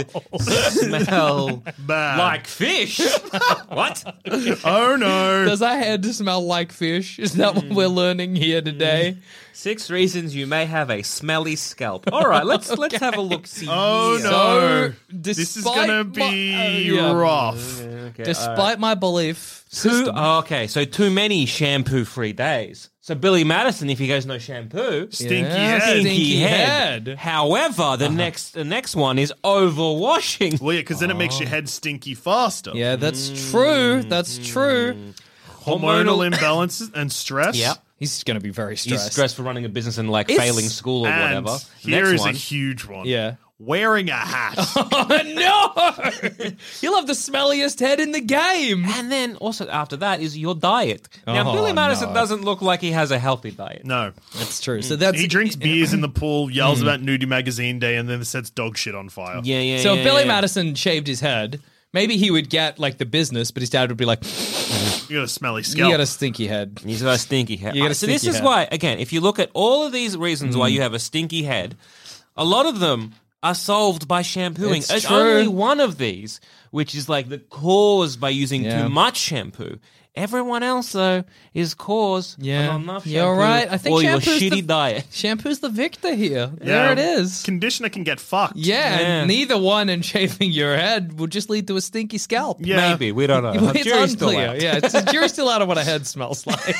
smell Bad. like fish? what? Oh no. does our head smell like fish? Is that Mm. what we're learning here today? Six reasons you may have a smelly scalp. All right, let's let's have a look. See. Oh here. no. this is despite gonna my- be Oh, yeah. rough. Okay, Despite all right. my belief, Too, oh, okay, so too many shampoo free days. So Billy Madison, if he goes no shampoo, Stinky Yeah, head. stinky stinky head. head. However, the next the next one is overwashing. Well, yeah, because then it makes your head stinky faster. yeah, that's true. That's true. Hormonal imbalances and stress. Yep. He's going to be very Mm. He's stressed. stressed for running a business and like It's- failing school or And whatever. here next is one. a huge one. Yeah. Wearing a hat. Oh, no! You'll have the smelliest head in the game. and then also after that is your diet. Now Oh, Billy Madison no. doesn't look like he has a healthy diet. no. That's Mm. true. So that's He drinks beers in the pool, yells about nudie magazine day, and then sets dog shit on fire. Yeah, yeah. So yeah, if Billy yeah. Madison shaved his head, maybe he would get like the business, but his dad would be like, You got a smelly "You scalp. got a stinky head." He's got a stinky head. Uh, You got a so this stinky is head. Mm. why, again, if you look at all of these reasons why you have a stinky head, a lot of them are solved by shampooing. It's There's true. only one of these, which is like the cause by using Yeah. too much shampoo. Everyone else though is caused Yeah. by not enough shampoo. You're right. I think or your shampoo's shitty the- diet. Shampoo's the victor here. Yeah. There it is. Conditioner can get fucked. yeah, Yeah. and neither one and shaving your head will just lead to a stinky scalp. Yeah. Maybe we don't know. The it's jury's still unclear. out. Yeah, it's, the jury's still out on what a head smells like.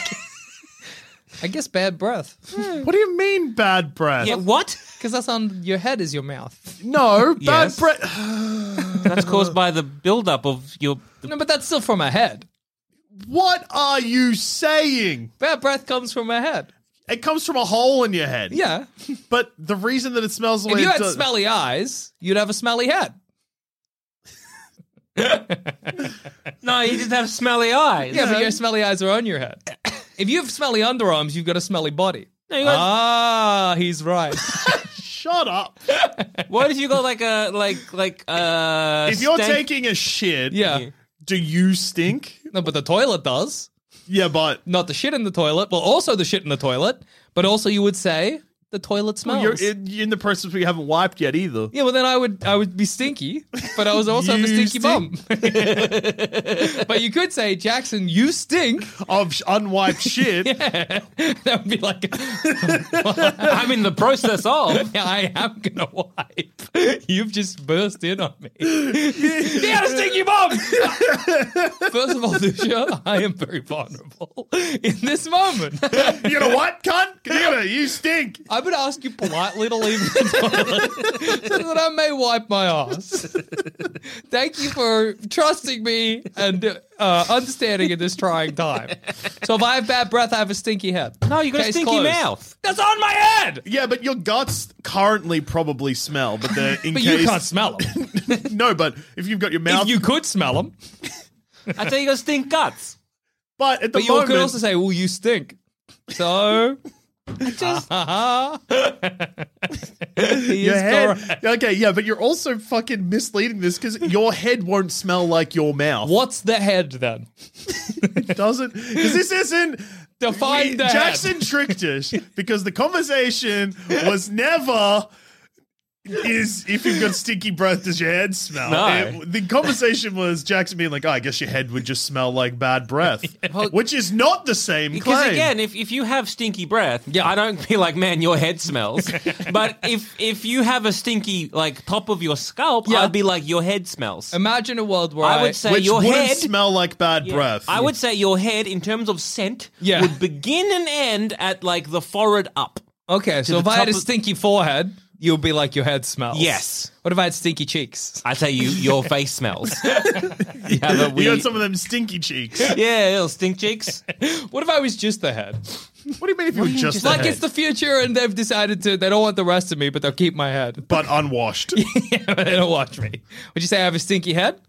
I guess bad breath, What do you mean bad breath? Yeah, what? because that's on your head is your mouth. No, bad Yes. breath. That's caused by the buildup of your. No, but that's still from a head. What are you saying? Bad breath comes from a head. It comes from a hole in your head. Yeah. But the reason that it smells the If way you it had does. smelly eyes, you'd have a smelly head. No, you just have smelly eyes. Yeah, but your smelly eyes are on your head. If you have smelly underarms, you've got a smelly body. No, you got- Ah, he's right. Shut up. what if you got like a like like uh? if you're stank- taking a shit, Yeah. do you stink? No, but the toilet does. Yeah, but Not the shit in the toilet. Well, also the shit in the toilet, but also you would say the toilet well, smells. you're in, you're in the process we haven't wiped yet either. yeah, well then I would I would be stinky, but I was also have a You stinky bum. but you could say Jackson, you stink. Of sh- unwiped shit. That would be like, I'm in the process of. yeah, I am gonna wipe. You've just burst in on me. He had a stinky bum. First of all, Lucia, I am very vulnerable in this moment. You gonna what, cunt? You, gonna, you stink. I would ask you politely to leave the toilet so that I may wipe my ass. Thank you for trusting me and uh, understanding in this trying time. So if I have bad breath, I have a stinky head. No, you got a Case stinky closed. mouth. That's on my head. Yeah, but your guts currently probably smell, but they're in But case. you can't smell them. no, but if you've got your mouth. if you could smell them, I tell you, you got stink guts. but at the but you moment. could also say, "Well, you stink." So uh, Just Ah. he your is head. correct. Okay, yeah, but you're also fucking misleading this because your head won't smell like your mouth. What's the head then? It doesn't? Because this isn't. Define we- the head. Jackson tricked us because the conversation was never. Is if you've got stinky breath, does your head smell? No. It- the conversation was Jackson being like, oh, I guess your head would just smell like bad breath, which is not the same because claim. again, if, if you have stinky breath, yeah. I don't be like, man, your head smells. but if if you have a stinky like top of your scalp, Yeah. I'd be like, your head smells. Imagine a world where I would say which uh, your wouldn't head. smell like bad breath. I would say your head, in terms of scent, Yeah. would begin and end at like the forehead up. Okay, so the if I had a top of- stinky forehead, you'll be like your head smells. Yes. What if I had stinky cheeks? I tell you, your face smells. you have a You wee- got some of them stinky cheeks. yeah, little stink cheeks. What if I was just the head? What do you mean if you were just Like a head, it's the future, and they've decided to they don't want the rest of me, but they'll keep my head. but unwashed? they don't watch me. Would you say I have a stinky head?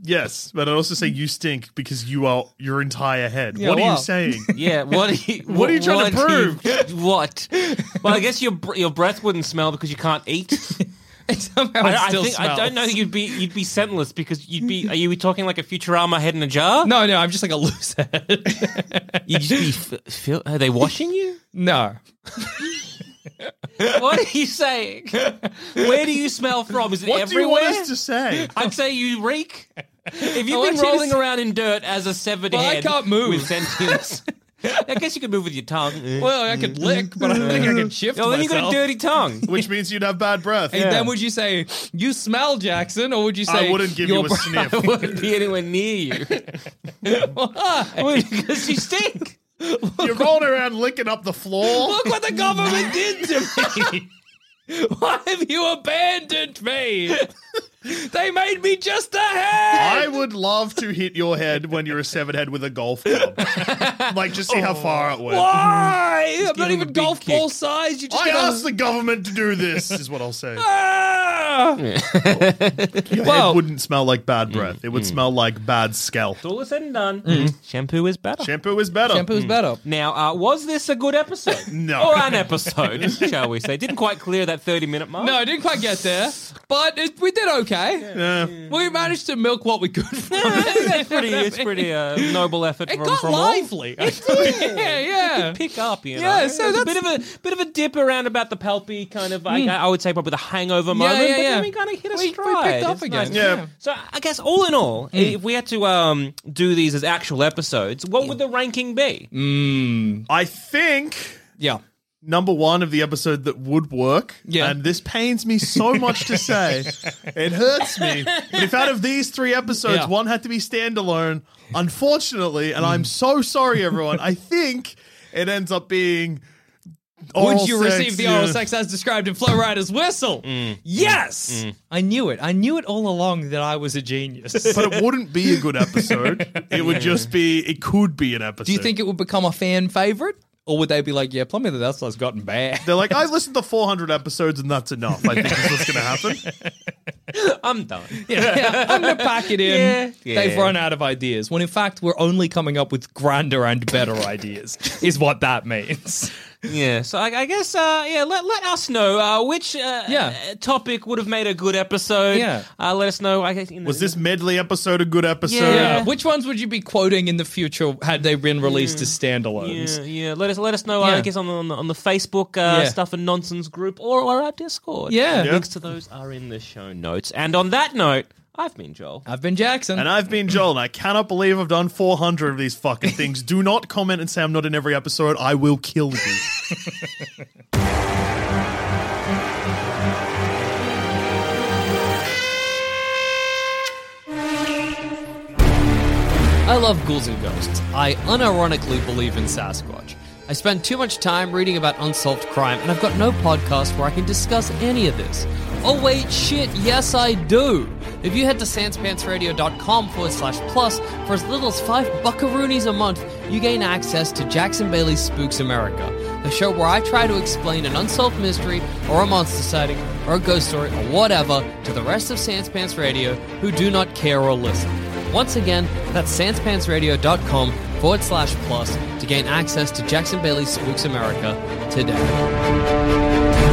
yes, but I'd also say you stink because you are your entire head. Yeah, what are wow. you saying? Yeah, what? Are you, What are you trying to what are you- what? Well, I guess your br- your breath wouldn't smell because you can't eat. Somehow I, it I still think I smells. don't know. that You'd be you'd be scentless because you'd be. Are you talking like a Futurama head in a jar? No, no, I'm just like a loose head. You'd just be. F- feel, are they washing you? no. What are you saying? Where do you smell from? Is it What do you everywhere? want us to say? I'd say you reek. If I you've want been you to rolling s- around in dirt as a severed Well, I head, can't move. with sentience. I guess you could move with your tongue. Well, I could lick, but I don't think I could shift Well, then you got myself. a dirty tongue. Which means you'd have bad breath. And Then would you say you smell Jackson, or would you I say wouldn't give your you a breath- sniff. I wouldn't be anywhere near you Why? because you stink. You're rolling around licking up the floor. Look what the government did to me. Why have you abandoned me? They made me just a head. I would love to hit your head when you're a severed head with a golf club. like, just see how far it went. Why? I'm give not him a even big golf kick. ball size. You just I get a- asked the government to do this, is what I'll say. Ah! Your Well- head wouldn't smell like bad breath. It would smell like bad scalp. All is said and done. Mm. Shampoo is better. Shampoo is better. Shampoo's better. Now, uh, was this a good episode? No. Or an episode, shall we say? Didn't quite clear that 30 minute mark. No, I didn't quite get there, but it, we did okay. We managed to milk what we could from it. It's pretty, it's pretty uh, noble effort It from, got from lively. yeah, yeah. all. Pick up, you know. Yeah, so It was that's- Mm. a bit of a bit of a dip around about the palpy kind of. I, I would say probably the hangover moment, yeah, but yeah. then we kind of hit a We- we stride. picked up It's again, Mm. nice. yeah. So I guess all in all, if we had to um, do these as actual episodes, what Mm. would the ranking be? I think Yeah. number one of the episode that would work. Yeah. And this pains me so much to say. it hurts me. But if out of these three episodes, Yeah. Mm. one had to be standalone, unfortunately, and I'm so sorry, everyone, I think it ends up being. oral Would you sex, receive the yeah. oral sex as described in Flow Rider's Whistle? Mm. Yes! I knew it. I knew it all along that I was a genius. But it wouldn't be a good episode. It would just be. It could be an episode. Do you think it would become a fan favorite? Or would they be like, yeah, Plumbing the That's What's Gotten Bad? they're like? I listened to 400 episodes and that's enough. I think is what's going to happen. I'm done. yeah, I'm going to pack it in. Yeah. They've Yeah. run out of ideas. When in fact, we're only coming up with grander and better ideas, is what that means. Yeah, so I, I guess uh, yeah. Let, let us know uh, which uh, Yeah. uh, topic would have made a good episode. Yeah. uh, let us know. I guess, you know, Was this medley episode a good episode? Yeah. Which ones would you be quoting in the future had they been released as standalones? Yeah, yeah. Let us let us know. uh, Yeah. I guess on the on the, on the Facebook uh, Yeah. stuff and nonsense group or, or our Discord. Yeah. Yeah. links to those are in the show notes. And on that note, I've been Joel. I've been Jackson. And I've been Joel, and I cannot believe I've done 400 of these fucking things. Do not comment and say I'm not in every episode. I will kill you. I love ghouls and ghosts. I unironically believe in Sasquatch. I spend too much time reading about unsolved crime, and I've got no podcast where I can discuss any of this. Oh, wait, shit, yes, I do. If you head to sanspantsradio.com forward slash plus, for as little as five buckaroonies a month, you gain access to Jackson Bailey's Spooks America, the show where I try to explain an unsolved mystery, or a monster sighting, or a ghost story, or whatever, to the rest of Sanspants Radio who do not care or listen. Once again, that's sanspantsradio.com forward slash plus to gain access to Jackson Bailey's Spooks America today.